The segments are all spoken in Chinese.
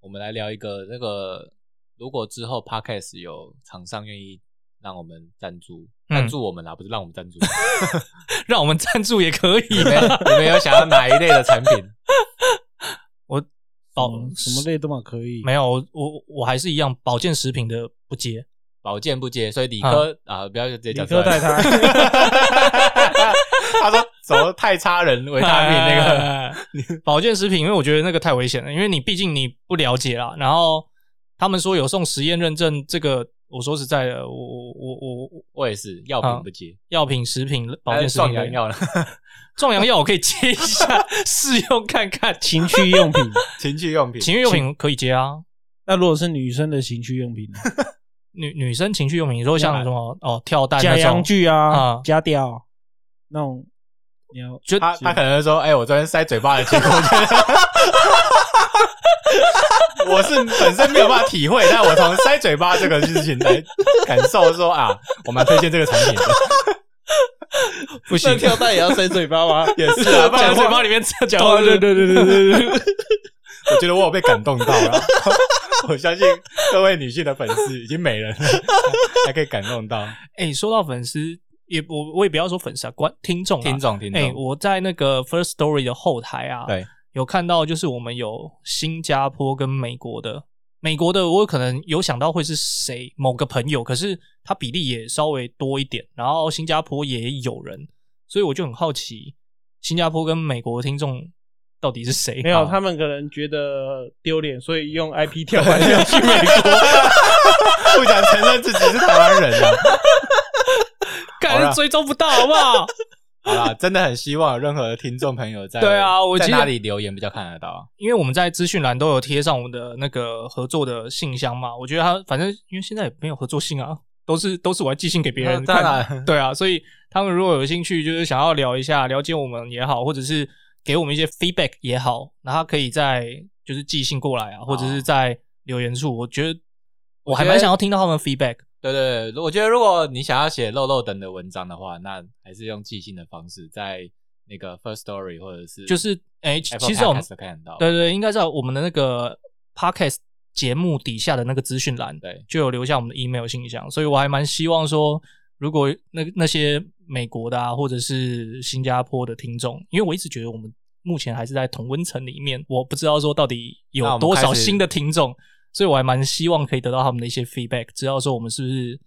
我们来聊一个那个，如果之后 podcast 有厂商愿意让我们赞助，嗯赞助我们啦，不是让我们赞助，让我们赞助也可以你。们你们有想要哪一类的产品？保哦什么哦什么类都嘛可以，没有，我我我还是一样，保健食品的不接。保健不接，所以理科啊，不要直接理讲科太带差。他 他 说什么太差人维他命那啊个， 个保健食品，因为我觉得那个太危险了，因为你毕竟你不了解啦。然后他们说有送实验认证，这个我说实在的，我我我我我我也是药品不接，药品、食品、保还健是食品壮阳类药了， 壮阳药我可以接一下 试用看看。情趣用品。情趣用品，情趣用品可以接啊，那如果是女生的情趣用品呢，女女生情趣用品，你说像什么哦跳蛋假那阳种，具啊啊，假屌那种，你要 就他他可能说，哎、我昨天塞嘴巴的结果，我觉得 我是本身没有办法体会，但我从塞嘴巴这个事情来感受说啊，我蛮推荐这个产品的，不行，跳蛋也要塞嘴巴吗？ 也是 啊，不然的 讲嘴话巴里面讲话哦，对是对对对对对，我觉得我有被感动到了。 我相信各位女性的粉丝已经没人了， 还可以感动到哎、说到粉丝，也我我也不要说粉丝啊，观听众、啊，听众听哎、众。我在那个 First Story 的后台啊，对，有看到就是我们有新加坡跟美国的，美国的我可能有想到会是谁某个朋友，可是他比例也稍微多一点，然后新加坡也有人，所以我就很好奇，新加坡跟美国的听众到底是谁？没有，啊他们可能觉得丢脸，所以 用 IP 跳完要 去美 国。不想承认自己是台湾人啊！好啦干追踪不到，好不好？ 好啦，真的很希望有任何的听众朋友在 对啊我在记得哪里留言比较看得到？因为我们在资讯栏都有贴上我们的那个合作的信箱嘛，我觉得他反正因为现在也没有合作信啊，都是都是我在寄信给别人当看，然，对啊，所以他们如果有兴趣，就是想要聊一下了解我们也好，或者是给我们一些 feedback 也好，那他可以在就是寄信过来啊，或者是在留言处，我觉得我还蛮想要听到他们 feedback，对对对，我觉得如果你想要写漏漏等的文章的话，那还是用寄信的方式，在那个 First Story 或者是就是哎、 Apple 其实我们 Podcast 看得到。对对，应该在我们的那个 podcast 节目底下的那个资讯栏，对就有留下我们的 email 信箱，所以我还蛮希望说，如果那那些美国的啊，或者是新加坡的听众，因为我一直觉得我们目前还是在同温层里面，我不知道说到底那有我们多开少始新的听众，所以我还蛮希望可以得到他们的一些 feedback，知道说我们是不是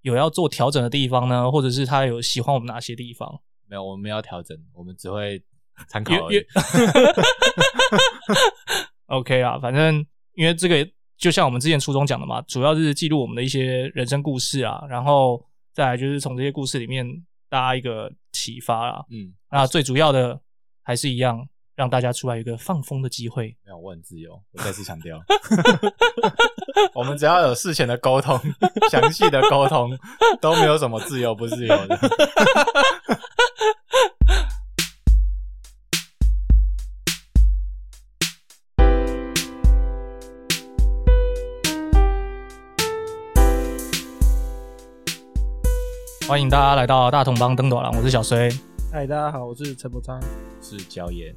有要做调整的地方呢，或者是他有喜欢我们哪些地方。没有，我们没有调整，我们只会参考因而为已因为。OK 啊，反正因为这个就像我们之前初中讲的嘛，主要是记录我们的一些人生故事啊，然后再来就是从这些故事里面大家一个启发啦。嗯，那最主要的还是一样，让大家出来有一个放风的机会。没有，我很自由，我再次强调， 我们只要有事前的沟通， 详细的沟通 都没有什么自由不自由的。 欢迎大家来到大同帮登斗郎，我是小崔。嗨，大家好，我是陈伯昌。是椒盐，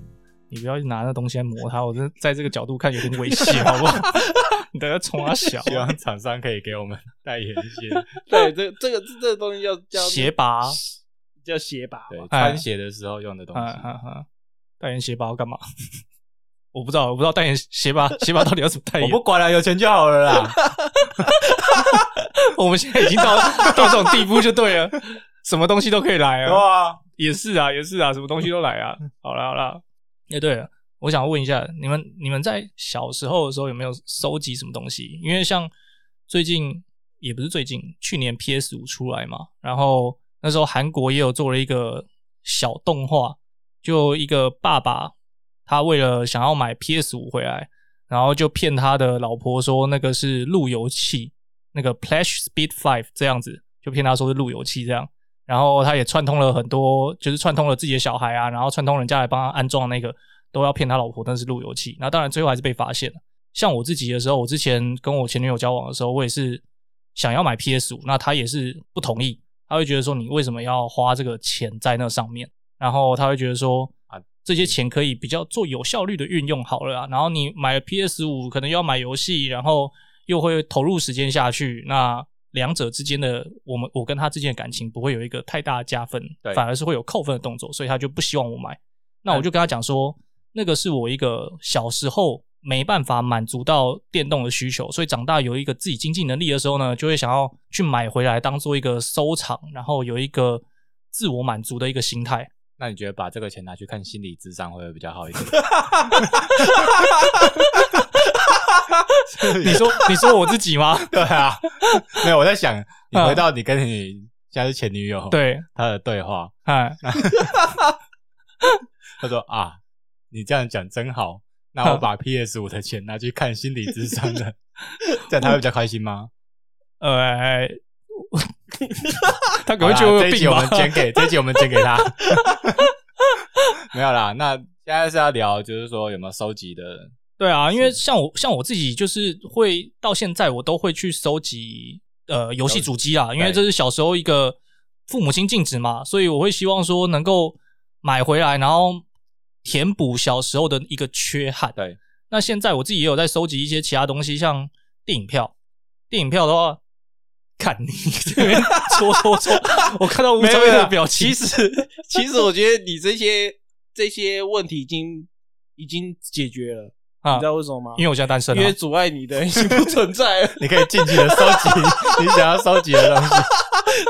你不要拿那东西来磨它，我真的在这个角度看有点猥亵，好不好？ 你等下冲他小啊希 望啊厂商可以给我们代言一些。对， 这这个这个东西叫叫鞋拔，叫鞋拔对，嘛。哎穿鞋的时候用的东啊西。啊啊！代言鞋拔要干嘛？ 我不知道，我不知道代言鞋拔 鞋拔到底要怎么代我言。不管了，有钱就好了 啦。我们现在已经到 到这种地步就对了，什么东西都可以来啊，哇，也是 啊，也是啊，什么东西都来啊。好啦好啦，哎，对了，我想问一下，你们你们在小时候的时候有没有收集什么东西？因为像最近也不是最近，去年 PS 五出来嘛，然后那时候韩国也有做了一个小动画，就一个爸爸他为了想要买 PS 五回来，然后就骗他的老婆说那个是路由器，那个 Flash Speed Five 这样子，就骗他说是路由器这样。然后他也串通了很多，就是串通了自己的小孩啊，然后串通人家来帮他安装那个，都要骗他老婆那是路由器。那当然最后还是被发现了。像我自己的时候，我之前跟我前女友交往的时候，我也是想要买 PS 五，那她也是不同意，她会觉得说你为什么要花这个钱在那上面？然后她会觉得说啊，这些钱可以比较做有效率的运用好了啊。然后你买了 PS 五，可能又要买游戏，然后又会投入时间下去，那两者之间的我们我跟他之间的感情不会有一个太大的加分对，反而是会有扣分的动作，所以他就不希望我买。那我就跟他讲说，那个是我一个小时候没办法满足到电动的需求，所以长大有一个自己经济能力的时候呢，就会想要去买回来当做一个收藏，然后有一个自我满足的一个心态。那你觉得把这个钱拿去看心理智商会不会比较好一点？ 你说，你说我自己吗？ 对啊，没有我在想，你回到你跟你现在是前女友，，嗯对，她的对话，哎，她说啊，你这样讲真好，那我嗯把 PS 五的钱拿去看心理智商 的，这样她会比较开心吗？呃， 他可好能啦觉得我这有一集病我吧们？剪给，这一集我们剪给 他。没有啦，那现在是要聊，就是说有没有收集的？对啊，因为像我像我自己就是会到现在我都会去收集呃游戏主机啦，因为这是小时候一个父母亲禁止嘛，所以我会希望说能够买回来，然后填补小时候的一个缺憾。对，，那现在我自己也有在收集一些其他东西，像电影票。电影票的话，看你这边 戳戳戳，我看到吴 没有宗没宪有的表情。其实， 其实我觉得你这些这些问题已经已经解决了，啊你知道为什么吗？因为我现在单身因为啊，阻碍你 的已经不存在了你可以尽情的收集你想要收集的东 西。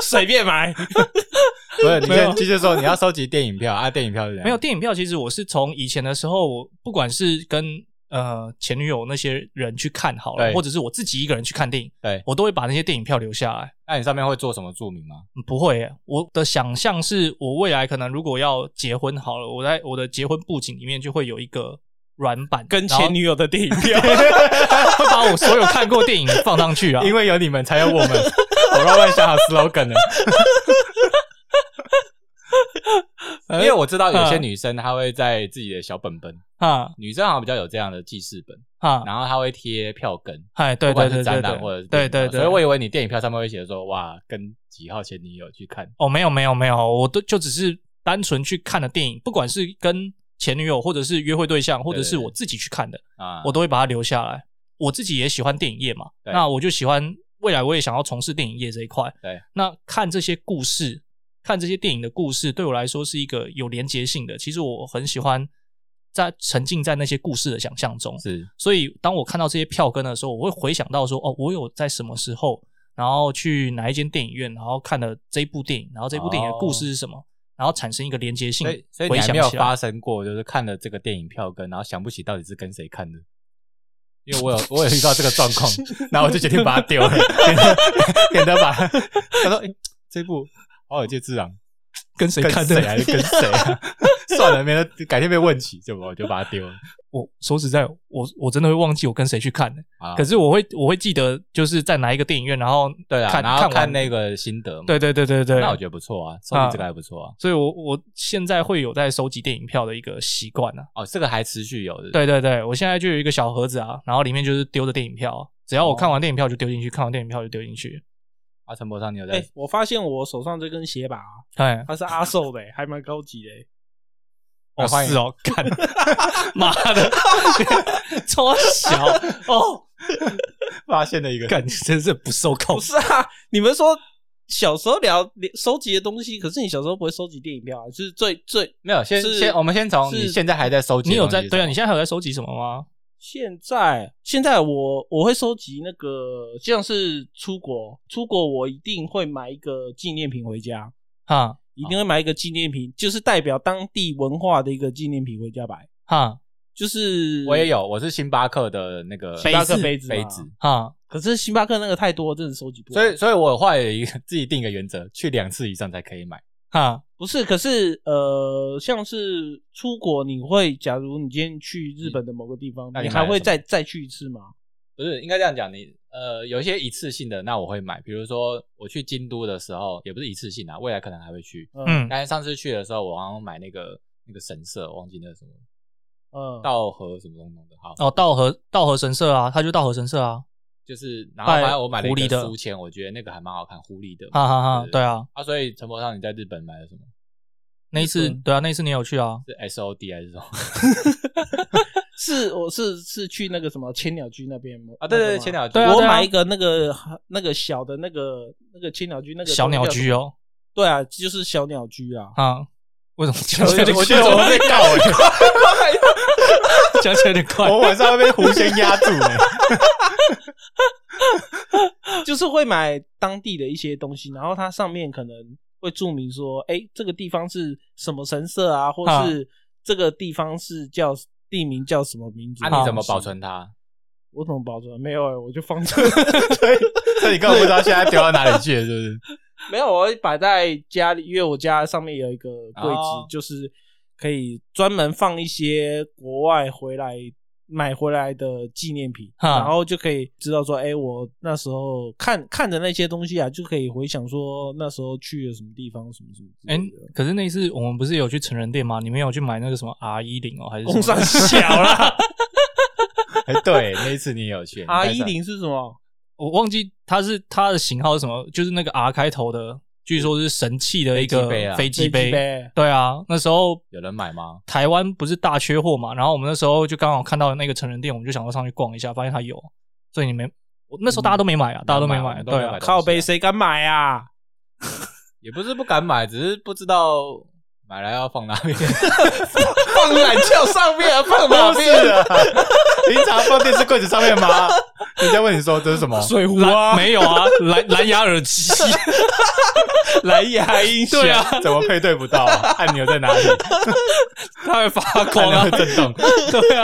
随便买。不是，你没有先继续说，你要收集电影票啊？电影票是怎样没有电影票。其实我是从以前的时候，我不管是跟呃前女友那些人去看好了，对或者是我自己一个人去看电影，对，我都会把那些电影票留下来。那你上面会做什么注明 吗？嗯不会耶，我的想象是我未来可能如果要结婚好了，我在我的结婚布景里面就会有一个软板，跟然后前女友的电影票，会把我所有看过电影放上去啊。 因为有你们，才有我们。我乱乱想好 slogan 了。因为我知道有嗯些女生她会在自己的小本本，啊女生好像比较有这样的记事本，啊，然后她会贴票根，哎，对不管对是对对展览对，或者是对电影票对对，所以我以为你电影票上面会写说哇，跟几号前女友去看，哦，没有没有没有，我都就只是单纯去看的电影，不管是跟前女友，或者是约会对象，或者是我自己去看的，啊，我都会把它留下来。我自己也喜欢电影业嘛，对那我就喜欢未来我也想要从事电影业这一块。对，那看这些故事，看这些电影的故事，对我来说是一个有连结性的。其实我很喜欢在沉浸在那些故事的想象中。是所以当我看到这些票根的时候，我会回想到说，哦，我有在什么时候，然后去哪一间电影院，然后看了这部电影，然后这部电影的故事是什么，然后产生一个连接性所以，所以你回还想没有起来。发生过，就是看了这个电影票根，然后想不起到底是跟谁看的。因为我有 我有遇到这个状况，然后我就决定把它丢了，免得免得把它。他说：“哎、这部《华尔街之狼》跟谁跟谁还是跟谁、 啊？算了，免得改天被问起，就我就把它丢了。我说实在，我我真的会忘记我跟谁去看的。啊”可是我会我会记得，就是在哪一个电影院，然后对啊，看然后看看完那个心得嘛，对对对对对，那我觉得不错啊，收啊集这个还不错啊。所以我我现在会有在收集电影票的一个习惯啊。哦，这个还持续有的，对对对，我现在就有一个小盒子啊，然后里面就是丢的电影票啊，只要我看完电影票就丢进去，看完电影票就丢进去。啊，陈博上你有在、哎，我发现我手上这根鞋把啊，哎，它是阿寿的，欸还蛮高级的。哦啊欢迎是哦，看，妈的，超小哦， 发现了一个感真是不受哦控不。是啊，你们说小时候聊聊收集的东西，可是你小时候不会收集电影票啊，就是最最没有？先是先我们先从是你现在还在收集你的有东西是在什么，对啊？你现在还有在收集什么吗？现在现在我我会收集那个，像是出国出国，我一定会买一个纪念品回家，哈一定会买一个纪念品，就是代表当地文化的一个纪念品回家摆，哈就是我也。有，我是星巴克的那个杯子杯杯杯子子，哈，可是星巴克那个太多，真的收集不完。所以所以我后来有一个 自己定一个原则，去两次以上才可以买。哈，不是，可是呃，像是出国，你会假如你今天去日本的某个地方，那你你买还了会什么再再去一次吗？不是应该这样讲，你呃有一些一次性的，那我会买，比如说我去京都的时候，也不是一次性啊，未来可能还会去。呃嗯但是上次去的时候，我好像买那个那个神社，忘记那个什么 嗯，道和什么东东的，好，哦，道和道和神社啊，他就道和神社啊，就是然后拜反正我买了一狐狸个的书签，我觉得那个还蛮好看，狐狸的哈哈哈，对啊，啊，所以陈博上你在日本买了什么？那一次嗯对啊，那一次你有去啊？是 S O D 还 是什么 是我是是去那个什么千鸟居那边吗？啊？对对对，那个吗千。鸟居对啊我买一个那个那个小的那个那个千鸟居那个小鸟居哦，哦。对啊，就是小鸟居啊啊？为什么讲我起来觉得有点我觉得我被告哎， 讲起来有点快？我晚上会被狐仙压住哎。 就是会买当地的一些东西，然后它上面可能会注明说，哎、这个地方是什么神社啊，或啊是这个地方是叫地名叫什么名 字？啊，你怎么保？存它？我怎么保存？没有、欸，我就放着，所以所以你根本不知道现在丢到哪里去了，是不是？ 没有，我会摆在家里，因为我家上面有一个柜子，哦就是可以专门放一些国外回来。买回来的纪念品，啊然后就可以知道说，哎、我那时候看看着那些东西啊，就可以回想说哦那时候去了什么地方，什么什么之哎类 的。，可是那一次我们不是有去成人店吗？你们有去买那个什么 R 一零哦，还是什么工商小 啦。哎， 对，那一次你也有去啊 R 一，零是什么？我忘记它是它的型号是什么，就是那个 R 开头的，据说是神器的飞一个机杯啊飞机飞机杯对啊，那时候有人买吗？台湾不是大缺货嘛，然后我们那时候就刚好看到那个成人店，我们就想要上去逛一下，发现它有，所以你没，我那时候大家都没买啊，大家都没没有买买，我们都没对啊买，东西啊靠背谁敢买啊？也不是不敢买，只是不知道买来要放哪 边。放懒觉上面啊，放哪不边？ 是啊，平常放电视柜子上面吗？人家问你说这是什么？水壶蓝没有啊，蓝蓝牙耳机，蓝牙音 响。对啊， 怎么配对不到啊、按钮在哪 里？它会发光啊按钮，会震动。 对啊，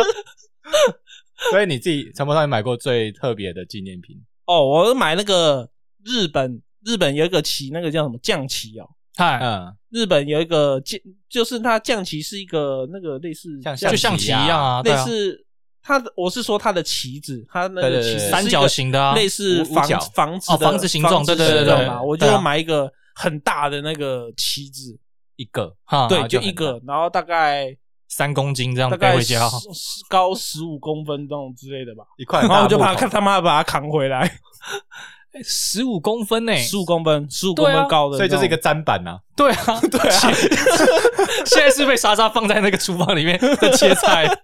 所以你自己陈博上你买过最特别的纪念品，哦，我买那个日本，日本有一个旗，那个叫什么降旗哦。嗨，嗯，日本有一个降，就是它降旗是一个那个类似像就象棋一样啊，对类啊，似它的，我是说它的旗子，它那对对对个旗子对三角形的啊，类似五五房角房子的哦房子形状对对对对形状嘛对我就对啊买一个很大的那个旗子，一个哈，然对，后就就很一个，然后大概三公斤这样大背概回啊家，十十高十五公分那种之类 的吧。一块大然木头，后我就把他他妈把它扛回来，十五公分呢，十五公分，十五公哎对啊分高的所那种，以就是一个砧板呐、对啊， 对啊，现在是被莎莎放在那个厨房里面在切 菜，啊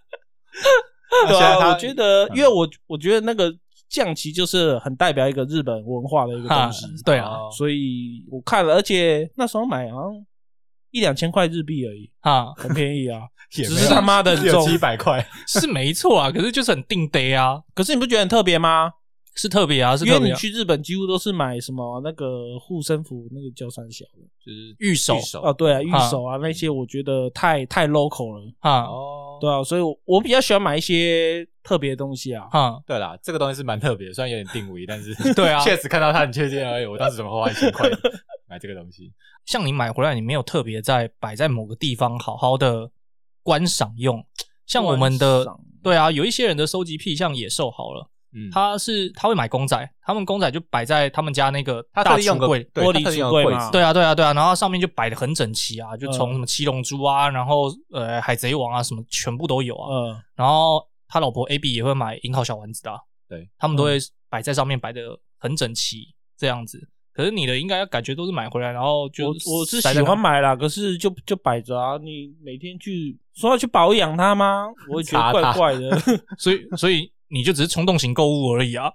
对现在啊。他我觉得，嗯因为我我觉得那个降旗就是很代表一个日本文化的一个哈东西，，对啊，哦所以我看了，而且那时候买好像一两千块日币而 已，哈，很便宜啊。也只是他 妈的很重七百块，是没错啊，可是就是很定得啊，可是你不觉得很特别吗？是特别啊，是因为特别你啊，去日本几乎都是买什么那个护身符，那个叫三小的就是御手手哦，对啊，玉哈手啊那些，我觉得太太 local 了，哈哦对啊，所以我我比较喜欢买一些特别的东西啊。哈，对啦，这个东西是蛮特别，虽然有点定位，但是对啊确实看到它很确定而已。我当时怎么花一千块买这个东西？像你买回来，你没有特别在摆在某个地方好好的观赏用，像我们的观赏对啊，有一些人的收集癖，像野兽好了。嗯，他是他会买公仔，他们公仔就摆在他们家那个他大特地用橱个柜，对玻璃他特地用橱柜个柜嘛子对啊，对啊，对啊，然后上面就摆的很整齐啊，就从嗯什么七龙珠啊，然后呃海贼王啊，什么全部都有啊。嗯，然后他老婆 AB 也会买樱桃小丸子的啊、对他们都会摆在上面摆的很整齐这样子。可是你的应该感觉都是买回来，然后就我我是塞在喜那欢买啦，可是就就摆着啊。你每天去说要去保养它吗？我会觉得查它怪怪的。所以所以你就只是冲动型购物而已啊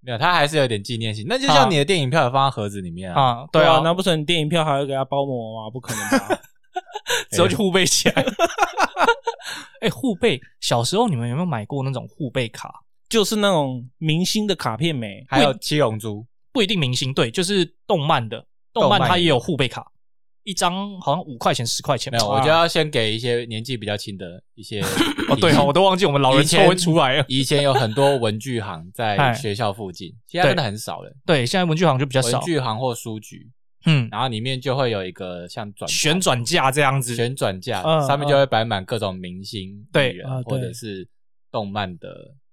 没有，它还是有点纪念性。那就啊像你的电影票也放在盒子里面啊，啊！ 对啊啊，，难不成你电影票还要给它包膜吗？不可 能吧？之后就互背起来。哎，护背，小时候你们有没有买过那种护背卡？就是那种明星的卡片没？还有七龙珠，不一定明星，对，就是动漫的，动动漫漫它也也有护背卡，一张好像五块钱、十块钱吧。没有，我就要先给一些年纪比较轻的一些哦，对哦，我都忘记我们老人以抽前会出来了。以前有很多文具行嗨在学校附近，现在真的很少了。对，现在文具好像就比较文少。具行或书局，嗯，然后里面就会有一个像转旋转架这样子。旋转架，嗯上面就会摆满各种明星、对艺啊人对或者是动漫的，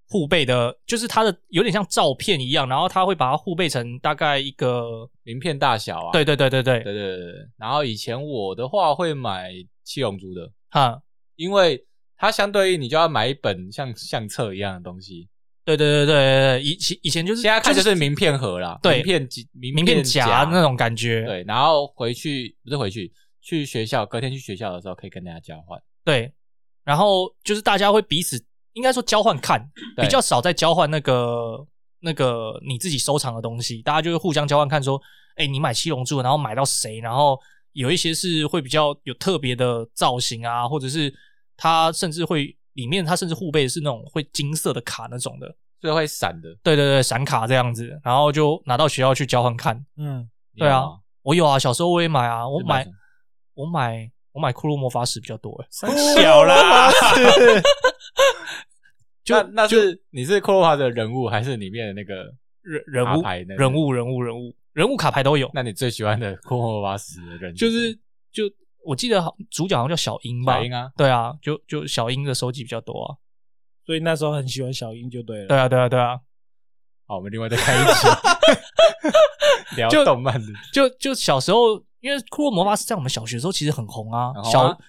护背的，就是它的有点像照片一样，然后它会把它护背成大概一个，名片大小啊。对对对对对，对对对对。然后以前我的话会买七龙珠的，哈，因为它相对应你就要买一本像相册一样的东西。对对对对对，以前以前就是现在看就就是名片盒啦，对名片集、名名片夹夹那种感觉，对，然后回去不是回去，去学校，隔天去学校的时候可以跟大家交换。对，然后就是大家会彼此应该说交换看，对比较少在交换那个那个你自己收藏的东西，大家就会互相交换看说，哎，你买七龙珠，然后买到谁，然后有一些是会比较有特别的造型啊，或者是它甚至会里面它甚至互背是那种会金色的卡那种的，所以会闪的，对对对，闪卡这样子，然后就拿到学校去交换看。嗯，你对有啊吗，，我有啊，小时候我也买啊，我是买什么我买我买骷髅魔法使比较多、欸，小啦，就那是你是克罗华的人物还是里面的那个？人人卡物牌那个人物人物人物人物卡牌都有，那你最喜欢的库莫瓦斯的人就是就我记得好主角好像叫小樱吧马，英啊，对啊，就就小樱的收集比较多啊，所以那时候很喜欢小樱就对了。对啊对啊对啊，好，我们另外再 开一集聊就动 漫的，就就小时候因为骷髅魔法师在我们小学的时候其实很红啊，很红啊小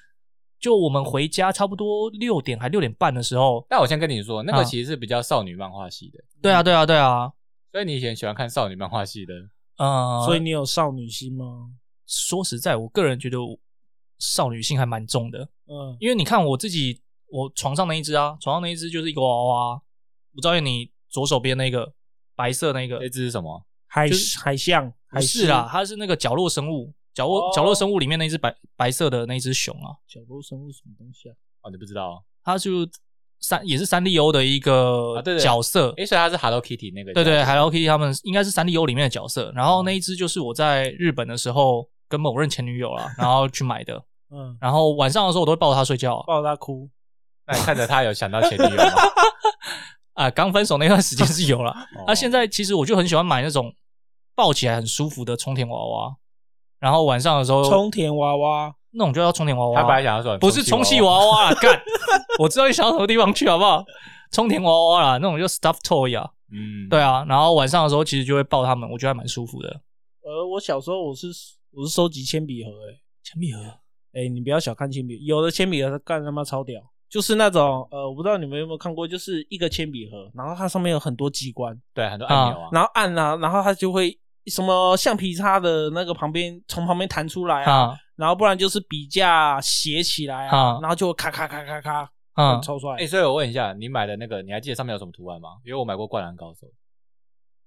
就我们回家差不多六点还六点半的时候，但我先跟你说，那啊个其实是比较少女漫画系的，对啊对啊对啊，所以你以前喜欢看少女漫画系的，嗯，所以你有少女心吗？说实在，我个人觉得我少女心还蛮重的，嗯，因为你看我自己，我床上那一只啊，床上那一只就是一个娃娃啊。我照应你左手边那个白色那个那，只是什么？海就是海象不还是啦，，它是那个角落生物，角落、哦角落生物里面那只白白色的那只熊啊，角落生物什么东西啊？哦，你不知道哦？它就三也是三丽鸥的一啊个对对角色，诶，哎所以它是 Hello Kitty 那个，对对，Hello Kitty 他们应该是三丽鸥里面的角色。然哦后那一只就是我在日本的时候跟某任前女友啦，然后去买的，嗯，然后晚上的时候我都会抱着它睡觉啊。抱他哭。那你看着他有想到前女友吗？ 啊，刚分手那段时间是有了哦。那、现在其实我就很喜欢买那种抱起来很舒服的冲田娃娃，然后晚上的时候冲田娃娃，那种就叫冲田娃他本来娃，想要说不是充气，娃娃啦，干！ 我知道你想到什么地方去好不好？冲田娃娃啦，那种就 stuff toy 啊，嗯，对，啊。然后晚上的时候其实就会抱他们，我觉得还蛮舒服的。呃，我小时候我是我是收集铅笔盒、欸，铅笔盒，哎、你不要小看铅笔，有的铅笔盒它干他妈超屌，就是那种呃，我不知道你们有没有看过，就是一个铅笔盒，然后它上面有很多机关，对，很多按钮啊，然后按啊，然后它就会什么橡皮擦的那个旁边从旁边弹出来啊，啊然后不然就是笔架斜起来啊，啊然后就咔咔咔咔咔，啊很，超帅。哎、所以我问一下，你买的那个，你还记得上面有什么图案吗？因为我买过《灌篮高手》，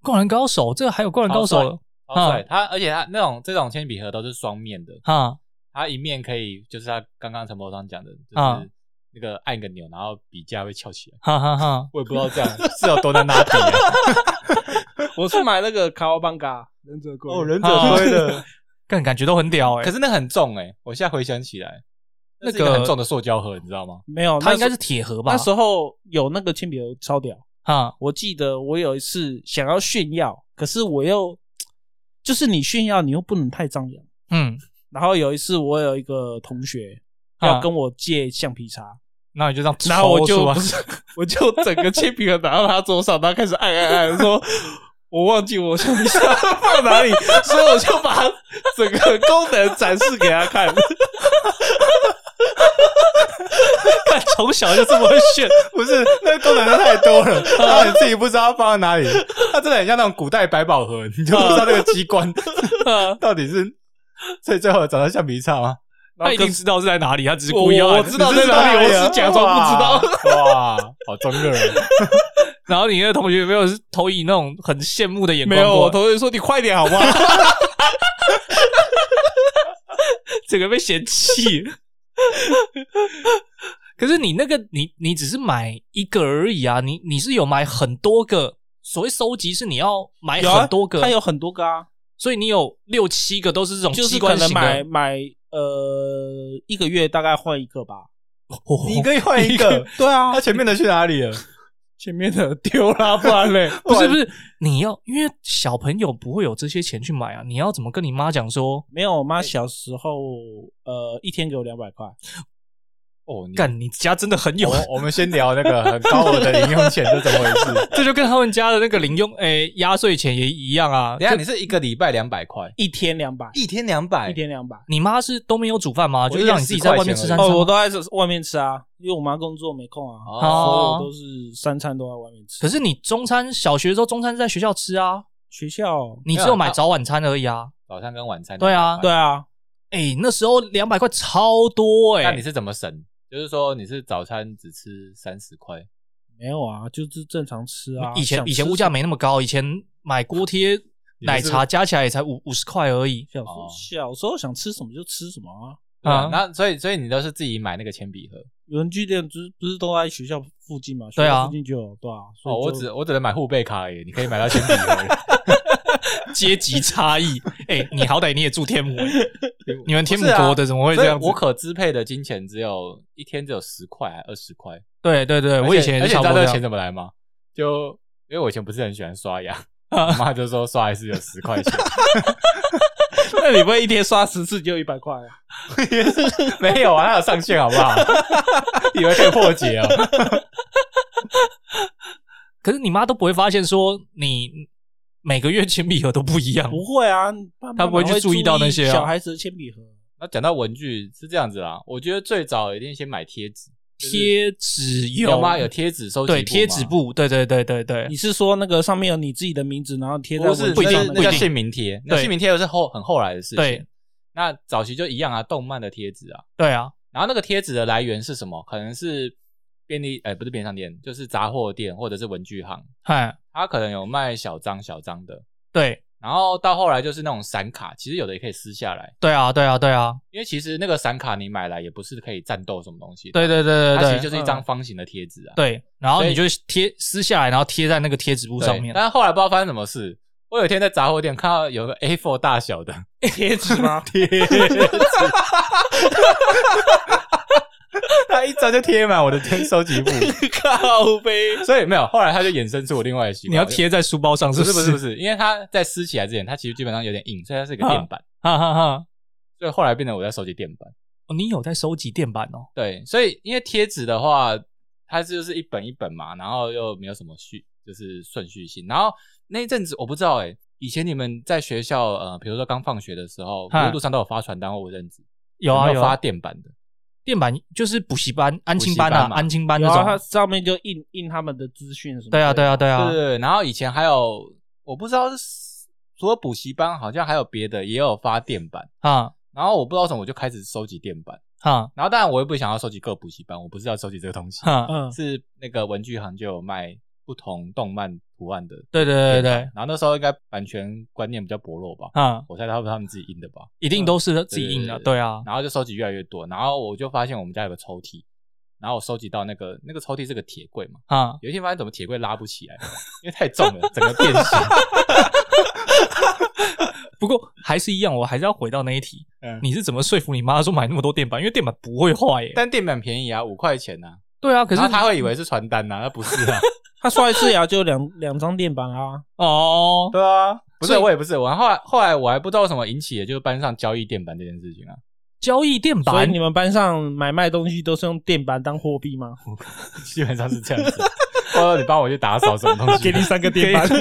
灌篮高手，这还有灌篮高好帅手哦，啊对，它而且它那种这种铅笔盒都是双面的，啊它一面可以就是它刚刚陈博刚讲的，就啊是那个按个钮，然后笔架会翘起来。哈哈哈。我也不知道这 样是有多难拿笔、啊。我是买那个卡哇邦嘎忍者龟，忍哦者龟的， 干感觉都很屌哎、可是那很重哎、我现在回想起来，那那是一个个很重的塑胶盒，你知道吗？ 没有，它那应该时是铁盒吧？那时候有那个铅笔盒超屌。啊我记得我有一次想要炫耀，可是我又就是你炫耀，你又不能太张扬。嗯，然后有一次我有一个同学要啊跟我借橡皮擦，那你就这样抽出来，然后我就不是， 我就整个铅笔盒拿到他桌上，然后开始按按按，说我忘记我橡皮擦放哪里，所以我就把整个功能展示给他看。看 从小就这么会炫，不是，那个功能太多 了，然后你自己不知道放在哪里，它真的很像那种古代百宝盒，你就不知道那个机 关啊到底是，所以最后找到橡皮擦吗？他一定知道是在哪里，他只是啊故意要我我按知道在哪里，我只是假 装不知道。道。哇，好中二哦！然后你那个同学有没有是投以那种很羡慕的眼 没光过来？有，我同学说你快点好吗？整个被嫌弃。 可是你那个，你你只是买一个而已啊，你你是有买很多个。所谓收集是你要买有啊很多个，他有很多个啊。所以你有六七个都是这种就是机可关型的。能买买呃一个月大概换一个吧。哦 你可以换一 个，对啊它，前面的去哪里了？前面的丢啦，不然嘞，不是不是，你要因为小朋友不会有这些钱去买啊，你要怎么跟你妈讲说，没有。我哎妈小时候呃一天给我两百块，哦，你干你家真的很有，？我我们先聊那个很高额的零用钱是怎么回 事这就跟他们家的那个零用诶压岁钱也一样啊。等一下你是一个礼拜两百块，一天两百，一天两百一，天两百。你妈是都没有煮饭吗？一就是让你自己在外面吃三餐吗。哦，我都在外面吃啊，因为我妈工作没空啊，所以哦我都是三餐都在外面吃。可是你中餐小学的时候中餐是在学校吃啊，学校你只有买早晚餐而已啊。早餐跟晚餐。对啊200对啊，哎、那时候两百块超多哎、那你是怎么省？就是说你是早餐只吃三十块，没有啊，就是正常吃啊。以前想吃以前物价没那么高，以前买锅贴、是奶茶加起来也才五五十块而 已。小时候哦小时候想吃什么就吃什么啊。对吧啊那所以所以你都是自己买那个铅笔盒有人据点不是不是都在学校附近嘛？对啊学校附近就有，对啊。所以哦，我就只我只能买护贝卡而已，你可以买到铅笔 盒。阶级差异，哎、你好歹你也住天母、哎你们天母不是啊国的怎么会这所以样子？我可支配的金钱只有一天只有十块还二十块。对对对，我以前而且差你不知道这多这个样钱怎么来吗？就因为我以前不是很喜欢刷 牙，我妈就说刷一次有十块钱，那你不会一天刷十次就一百块啊？ 没有啊，它有上限好不 好？以为可以破解哦。可是你妈都不会发现说你每个月铅笔盒都不一样，不会啊，爸他妈不会去哪注意到那些啊小孩子的铅笔盒。 那讲到文具是这样子啦，我觉得最早一定先买贴纸，就是贴纸有吗？有有贴纸收集对吗贴纸布，对对对对对你，是说那个上面有你自己的名字，然后贴在不是文不具一上定，面那不一叫定姓名贴，那对姓名贴又是后很后来的事情。对，那早期就一样啊，动漫的贴纸啊，对啊，然后那个贴纸的来源是什么？可能是便利，呃，不是便利商店，就是杂货店或者是文具行，嗨，它可能有卖小张小张的。对然后到后来就是那种散卡，其实有的也可以撕下来，对啊，对啊，对啊，因为其实那个散卡你买来也不是可以战斗什么东西的，对对对它其对实就对，是一张方形的贴纸啊。对，然后所以你就贴撕下来，然后贴在那个贴纸布对，上面，但是后来不知道发生什么事，我有一天在杂货店看到有个 A4 大小的贴纸 吗？贴纸，它一张就贴满我的天收 集簿。靠呗。所以没有，后来他就衍生出我另外的习惯。你要贴在书包上，不不是不是不是，是？因为它在撕起来之前，它其实基本上有点硬，所以它是一个啊垫板，哈哈哈，所以后来变成我在收集垫板。哦你有在收集垫板哦？对，所以因为贴纸的话，它就是一本一本嘛，然后又没有什么序，就是顺序性。然后那一阵子我不知道哎、以前你们在学校呃，比如说刚放学的时候，哈路上都有发传单或卫生纸，有没啊有有发啊，垫板的。垫板就是补习班、安亲班补习啊班、嘛安亲班那然后它种，上面就印印他们的资讯什么。对啊对啊对啊对，对对，然后以前还有我不知道是除了补习班，好像还有别的也有发垫板。啊然后我不知道为什么我就开始收集垫板，哈然后当然我也不想要收集各补习班，我不是要收集这个东 西，哈，嗯，是那个文具行就有卖不同动漫图案的对对对垫板。对，然后那时候应该版权观念比较薄弱吧，啊，我猜他们他们自己印的吧，一定都是自己对印对的，嗯对对啊，然后就收集越来越多，然后我就发现我们家有个抽屉，然后我收集到那个那个抽屉是个铁柜嘛，啊，有一天发现怎么铁柜拉不起来，因为太重了，整个变 形。 不过还是一样，我还是要回到那一题，嗯你是怎么说服你妈说买那么多垫板？因为垫板不会坏耶。但垫板便宜啊，五块钱呐、对啊，可可是他会以为是传单呐、那不是啊。他刷一次牙就两两张垫板啊。哦， 对啊，不是所以我也不是，我后来后来我还不知道为什么引起，的就是班上交易垫板这件事情啊。交易垫所板以你们班上买卖东西都是用垫板当货币 吗？基本上是这样子。我说你帮我去打扫什么 东西？三个垫板。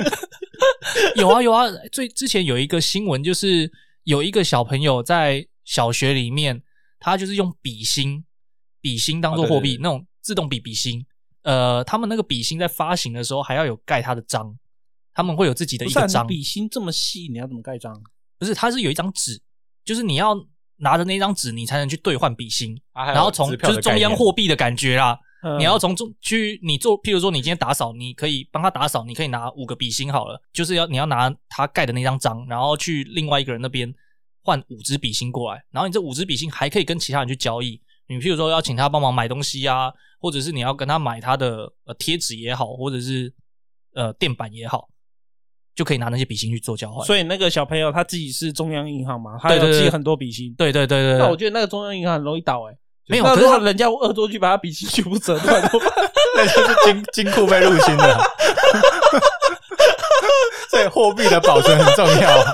有啊有啊，最之前有一个新闻，就是有一个小朋友在小学里面，他就是用笔芯，笔芯当做货啊币，对对对那种自动笔笔芯。呃，他们那个笔芯在发行的时候还要有盖它的章，他们会有自己的不一是啊个你章，笔芯这么细，你要怎么盖章？不是，它是有一张纸，就是你要拿着那张纸，你才能去兑换笔芯，啊还有然后从支票就的是中概念央货币的感觉啦。嗯你要从中去，你做，譬如说你今天打扫，你可以帮他打扫，你可以拿五个笔芯好了，就是要你要拿他盖的那张章，然后去另外一个人那边换五支笔芯过来，然后你这五支笔芯还可以跟其他人去交易。你譬如说要请他帮忙买东西啊，或者是你要跟他买他的呃贴纸也好，或者是呃垫板也好，就可以拿那些笔芯去做交换。以所以那个小朋友他自己是中央银行嘛，他对有对对寄很多笔芯。对对对对对，那我觉得那个中央银行很容易倒欸哎、没有，那可是如果他人家恶作剧把他笔芯全部折断，怎么办那就是金金库被入侵 了。所以货币的保存很重要。啊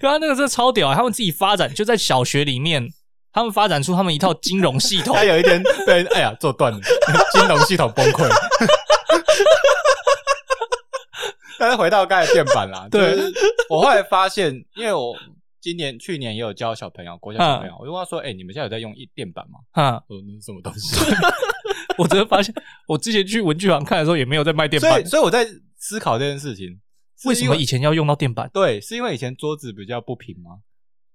可他那个真的超屌、啊，他们自己发展就在小学里面，他们发展出他们一套金融系统他，有一 天对，哎呀，做断了， 金融系统崩溃。 但是回到刚才垫板啦， 对，我后来发现，因为我今年去年也有教小朋友，国小嗯小朋友，我就问他说：“哎、你们现在有在用一垫板吗哈？”，我说：“那是什么东 西？” 我真的发现，我之前去文具行看的时候也没有在卖垫所板以，，所以我在思考这件事情，是为什因么以前要用到垫板？对，是因为以前桌子比较不平吗？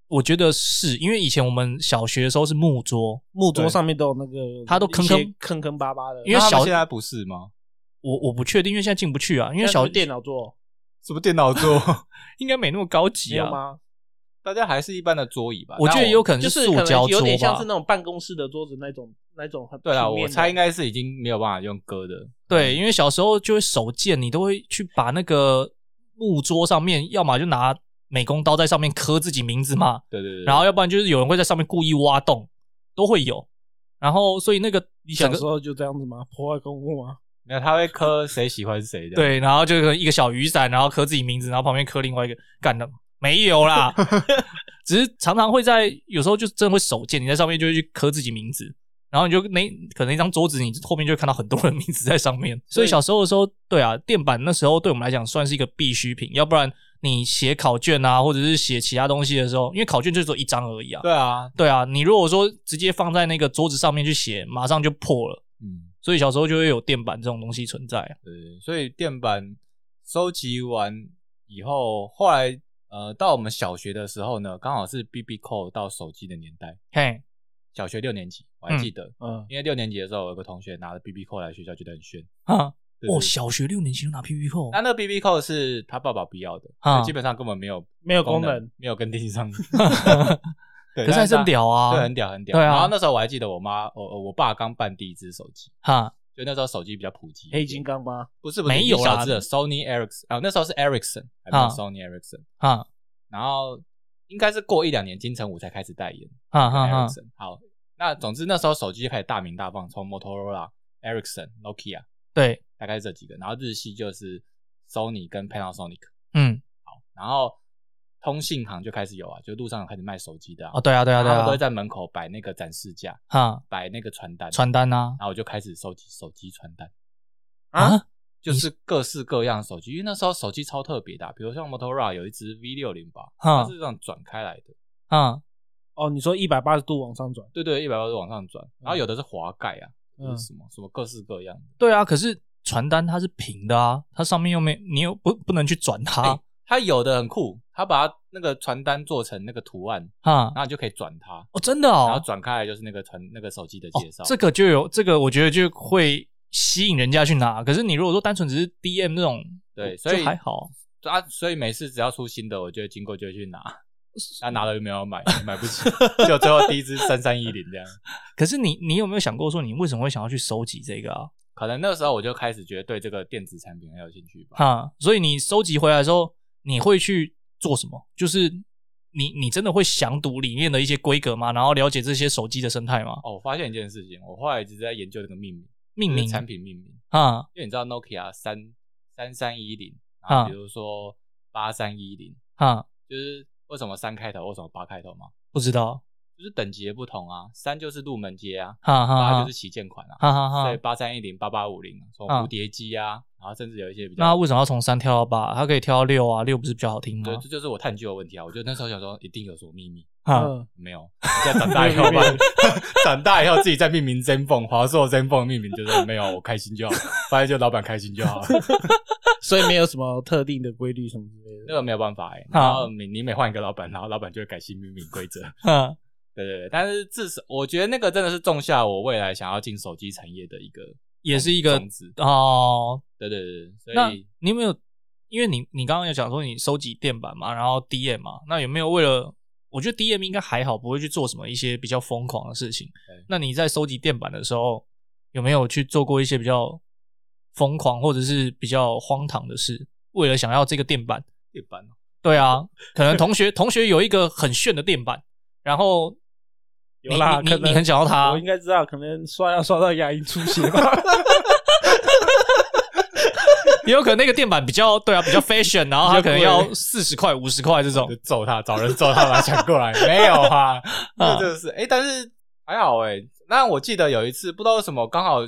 我觉得是因为以前我们小学的时候是木桌，木桌对上面都有那个，它都坑坑一些坑坑巴巴的，因为那他们小现在不是吗？我我不确定，因为现在进不去啊，因为小那是电脑桌什么电脑 桌？应该没那么高没级有啊。吗？大家还是一般的桌椅吧？我觉得但也有可能就可塑胶能桌有点像是吧。那种办公室的桌子那种那种很对啦，平面我的猜应该是已经没有办法用割的。对，因为小时候就会手贱，你都会去把那个木桌上面，要么就拿美工刀在上面刻自己名字嘛，对对对，然后要不然就是有人会在上面故意挖洞，都会有。然后所以那个你整小个时候就这样子吗？破坏公物吗？没有他会磕谁喜欢谁的。，对，然后就可能一个小雨伞，然后刻自己名字，然后旁边刻另外一个，干的没有啦，只是常常会在有时候就真的会手贱，你在上面就会去刻自己名字，然后你就那可能一张桌子，你后面就会看到很多人名字在上面。所以小时候的时候，对啊，垫板那时候对我们来讲算是一个必需品，要不然你写考卷啊，或者是写其他东西的时候，因为考卷就只有一张而已啊。对啊，对啊，你如果说直接放在那个桌子上面去写，马上就破了。嗯，所以小时候就会有垫板这种东西存在啊。对，所以电板收集完以后，后来呃，到我们小学的时候呢，刚好是 B B 扣到手机的年代，嘿，小学六年级我还记得，嗯，因为六年级的时候，我有个同学拿着 B B 扣来学校，觉得很炫。啊，对哦，对小学六年级就拿 PP 扣那，那个 B B 扣是他爸爸不要的，啊所以基本上根本没有没有功功能，，没有跟电视 上。对，可是还是很屌但是他，啊！对，很屌很屌。对啊然后那时候我还记得我妈，我我我爸刚办第一只手机，哈，就那时候手机比较普及一点。黑金刚吗？不是不是没有一啦小只的 Sony Ericsson 啊，那时候是 Ericsson 还没有啊 Sony Ericsson，哈然后应该是过一两年金城武才开始代言哈哈啊哈， Ericsson。好，那总之那时候手机就开始大名大放，从 Motorola、Ericsson、Nokia 对，大概是这几个，然后日系就是 Sony 跟 Panasonic，嗯，然后通信行就开始有啊，就路上有开始卖手机的啊哦，，对啊，对啊，然后对他们都会啊，在门口摆那个展示架，哈，摆那个传单，传单啊，然后我就开始收集手机传单。啊啊，就是各式各样的手机，因为那时候手机超特别的啊、比如像 Motorola 有一只 V 六零吧，它哈是这样转开来的，哈，哦，你说一百八十度往上转，对对，一百八十往上转，嗯然后有的是滑盖啊，嗯有的是什么什么各式各样的，对啊，可是传单它是平的啊，它上面又没你又不不能去转它哎，它有的很酷，它把它那个传单做成那个图案，哈然，后你就可以转它，哦，真的然后哦，转开来就是那个传那个手机的哦介绍，这个就有这个，我觉得就会吸引人家去拿。可是你如果说单纯只是 DM 那种，对，就所以还好，哦啊，所以每次只要出新的，我就会经过就会去拿，啊，拿了又没有买，买不起，就最后第一只三三一零这样。可是你你有没有想过说你为什么会想要去收集这个啊？可能那时候我就开始觉得对这个电子产品很有兴趣吧。哈，啊所以你收集回来的时候，你会去做什么？就是你你真的会详读里面的一些规格吗？然后了解这些手机的生态吗？哦，我发现一件事情，我后来一直在研究这个命名，命名就是产品命名，啊因为你知道 Nokia 三三三一零，然啊后比如说八三一零，啊，就是为什么三开头，为什么八开头嘛，不知道就是等级的不同啊，三就是入门阶啊，哈哈八哈就是旗舰款啊，哈哈所以哈。八三一零、八八五零，从啊蝴蝶机啊，然后甚至有一些比那他较。为什么要从三跳到八？他可以跳到六啊，六不是比较好听吗对，？这就是我探究的问题啊！我觉得那时候想说，一定有什么秘密，哈，嗯，没有。现在长大以 后吧， 长大以后自己在命名 Zenfone 华硕 Zenfone 命名，就是没有，我开心就好，反正就老板开心就好 了。 所以没有什么特定的规律什么之类 那的。个没有办法哎、好然后你你每换一个老板，然后老板就会改新命名规则。哈，对对对，但是至少我觉得那个真的是种下我未来想要进手机产业的一个，也是一个种子。哦。对对对，对那所以你有没有？因为你你刚刚有讲说你收集电板嘛，然后 DM 嘛，那有没有为了？我觉得 DM 应该还好，不会去做什么一些比较疯狂的事情对。那你在收集电板的时候，有没有去做过一些比较疯狂或者是比较荒唐的事？为了想要这个电板，一般哦对 啊，可能同学 同学有一个很炫的电板，然后有啦你可你能你很想要它我应，该知道，可能刷牙刷到牙龈出血 吧。 也有可能那个电板比较对啊，比较 fashion，然后它可能比较要贵四十块、五十块这种哦就揍他，找人揍他把他抢过来，没 有啊，那真的是哎、诶但是还好哎、那我记得有一次不知道为什么，刚好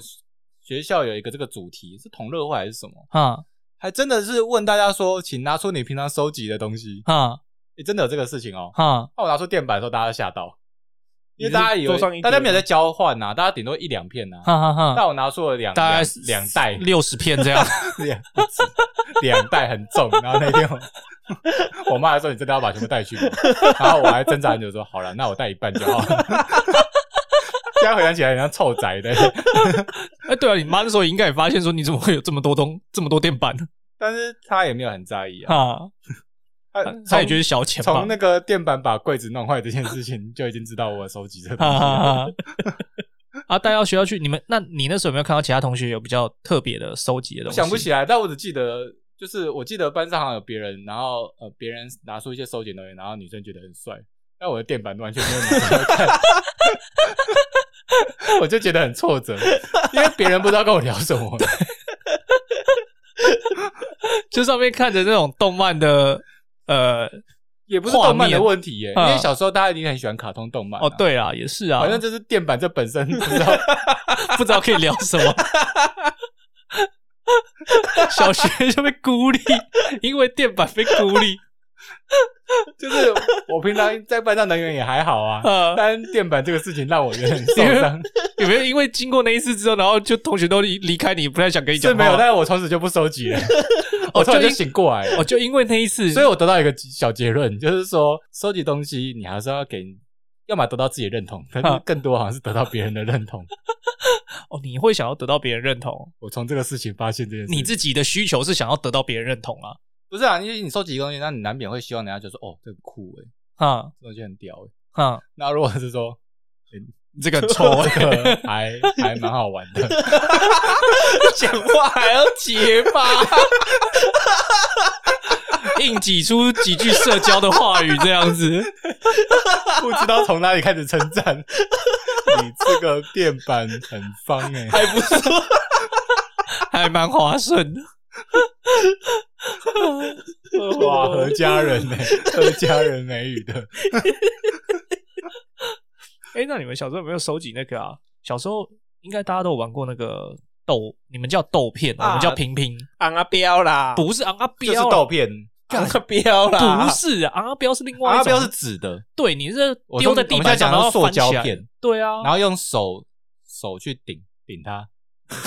学校有一个这个主题是同乐会还是什么，哈还真的是问大家说，请拿出你平常收集的东西，哈哎、真的有这个事情哦。哈那我拿出电板的时候，大家吓到，因为大家以你是桌上一为叠大家没有在交换呐、大家顶多一两片呐、啊。哈哈哈，但我拿出了两大概两两袋， 六十片这样，两两袋很重。然后那天我我妈还说你真的要把全部带去吗？然后我还挣扎很久说好了，那我带一半就好。 现在回想起来，很像臭宅的。 哎，对啊，你妈那时候应该也发现说，你怎么会有这么多东这么多 电板但是她也没有很在意啊，啊？她她也觉得小钱吧从。那个电板把柜子弄坏这件事情，就已经知道我有收集这个东 哈西了。哈哈！ 啊，带到学校去，你们那你那时候有没有看到其他同学有比较特别的收集的我东西？想不起来，但我只记得，就是我记得班上好像有别人，然后呃，别人拿出一些收集的东西，然后女生觉得很帅，但我的电板完全没有女生在 看，我就觉得很挫折，因为别人不知道跟我聊什么。就上面看着那种动漫的， 呃，也不是动漫的问题耶、画面因为小时候大家一定很喜欢卡通动漫、哦，，对啦，也是啊，好像就是电板这本身不知道，不知道可以聊 什么。小学就被孤立，因为电板被孤立。就是我平常在班上能源也还好 啊，呃，但电板这个事情让我有点受伤， 有没有因为经过那一次之后，然后就同学都离离开你，不太想跟你讲是话？没有，但是我从此就不收集 了，我哦，突就然就因醒过来了。哦，就因为那一次，所以我得到一个小结论，就是说，收集东西你还是要给，要么得到自己的认同，但是更多好像是得到别人的认同。哦，你会想要得到别人认同，我从这个事情发现这件事，你自己的需求是想要得到别人认同啊。不是啊？因为你收集东西，那你难免会希望人家就说，哦，这个酷诶、哈这东西很屌诶、欸哈，那如果是 说，这个很臭 欸这个还还蛮好玩的，讲话还要结 巴，硬挤出几句社交的话语，这样子。不知道从哪里开始称 赞。你这个电板很方欸诶、还不错。还蛮划算的。 哇，何家人诶、何家人美语的。哎、那你们小时候有没有收集那个啊？小时候应该大家都有玩过那个豆，你们叫豆片，啊我们叫平平，昂啊彪啦，不是昂阿就是彪豆啊，片，昂啊彪啦，不是啊昂阿彪是另外阿一标种，是纸的，对，你是我丢说在我地们现在板讲上然到后塑翻起胶来，片，对啊，然后用手手去顶顶它。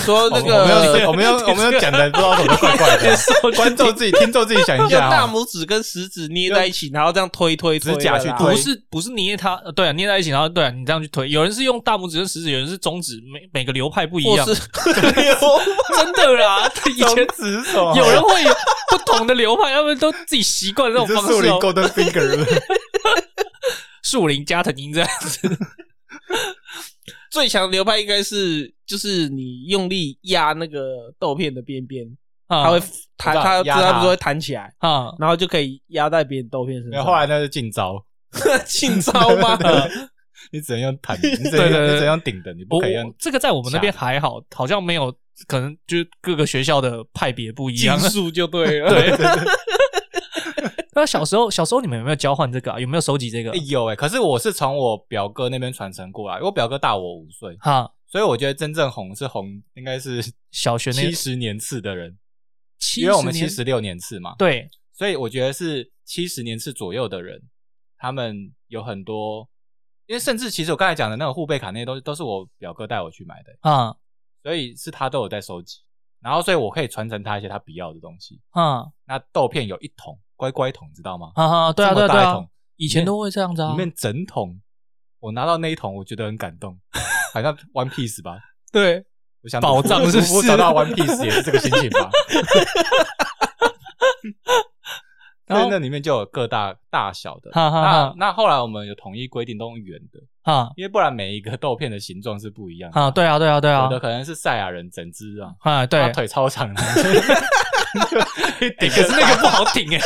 说那我们个用我 们用我们用讲的不知道什么怪怪的，啊 观众自己听众自己想一用下大啊。拇指跟食指捏在一起，然后这样推推推指甲去推推不是不是捏它，呃对啊，捏在一起，然后对啊，你这样去推，有人是用大拇指跟食指，有人是中指，每每个流派不一或样，是 流真的 啦，以前指手啊有人会有不同的流派，他们都自己习惯这你是种方树式林哦。 Golden Finger，树林加藤鹰这样子，最强流派应该是就是你用力压那个豆片的边边，它他会弹，我知道它压它它不是会弹起来，啊，然后就可以压在别人豆片身然上。后 后来那是近招，进招吗？你只能用弹，你只 对能对对你只能用顶的，你不我可以用我。这个在我们那边还好，好像没有，可能就是各个学校的派别不一样。术就对了，对， 那小时候，小时候你们有没有交换这个、啊？有没有收集这个哎？有哎，可是我是从我表哥那边传承过来，我表哥大我五岁，哈，所以我觉得真正红是红应该是小学那七十年次的人，七因为我们七年十六年次嘛，对所以我觉得是七十年次左右的人，他们有很多，因为甚至其实我刚才讲的那个护贝卡那些东西，都是我表哥带我去买的，啊所以是他都有在收集，然后所以我可以传承他一些他不要的东西。啊那豆片有一桶乖乖桶，知道吗？啊哈！对这啊对么啊对大一啊桶，，以前都会这样子啊里。面整桶，我拿到那一桶，我觉得很感动， 好像 One Piece 吧，对，我想宝藏是不是我找到 One Piece 也是这个心情 吧。然然后后那里面就有各大大小的，哈哈哈那那后来我们有统一规定都用圆的，啊因为不然每一个豆片的形状是不一样的。啊，对啊对啊对啊有的，可能是赛亚人整只啊，他啊对。腿超长 的，欸可是那个不好顶哎，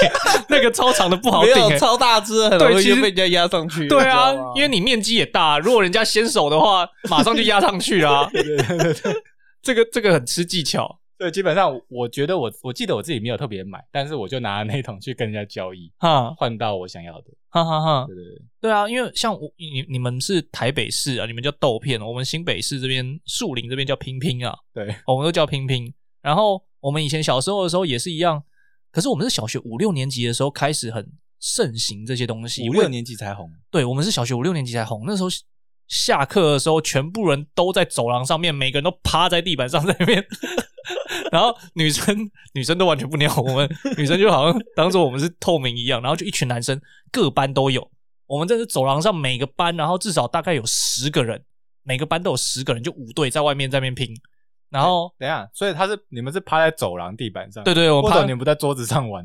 那个超长的不好没顶有哎。超大只，很容对易其就实被人家压上去。对啊你知道吗，因为你面积也大，如果人家先手的话，马上就压上去啦、 对对对对对。这个这个很吃技巧。所以基本上，我觉得我我记得我自己没有特别买，但是我就拿那一桶去跟人家交易，哈换到我想要的。哈哈哈！对对对，对啊，因为像我你你们是台北市啊，你们叫豆片，我们新北市这边树林这边叫拼拼啊，对，我们都叫拼拼。然后我们以前小时候的时候也是一样，可是我们是小学五六年级的时候开始很盛行这些东西。五为六，年级才红，对我们是小学五六年级才红，那时候下课的时候，全部人都在走廊上面，每个人都趴在地板上在那边 然后女生女生都完全不鸟我们，女生就好像当做我们是透明一样，然后就一群男生各班都有，我们这是走廊上每个班，然后至少大概有十个人，每个班都有十个人，就五队在外面在那边拼，然后等一下，所以他是你们是趴在走廊地板上，对对，我哎或们者怕你们不在桌子上玩，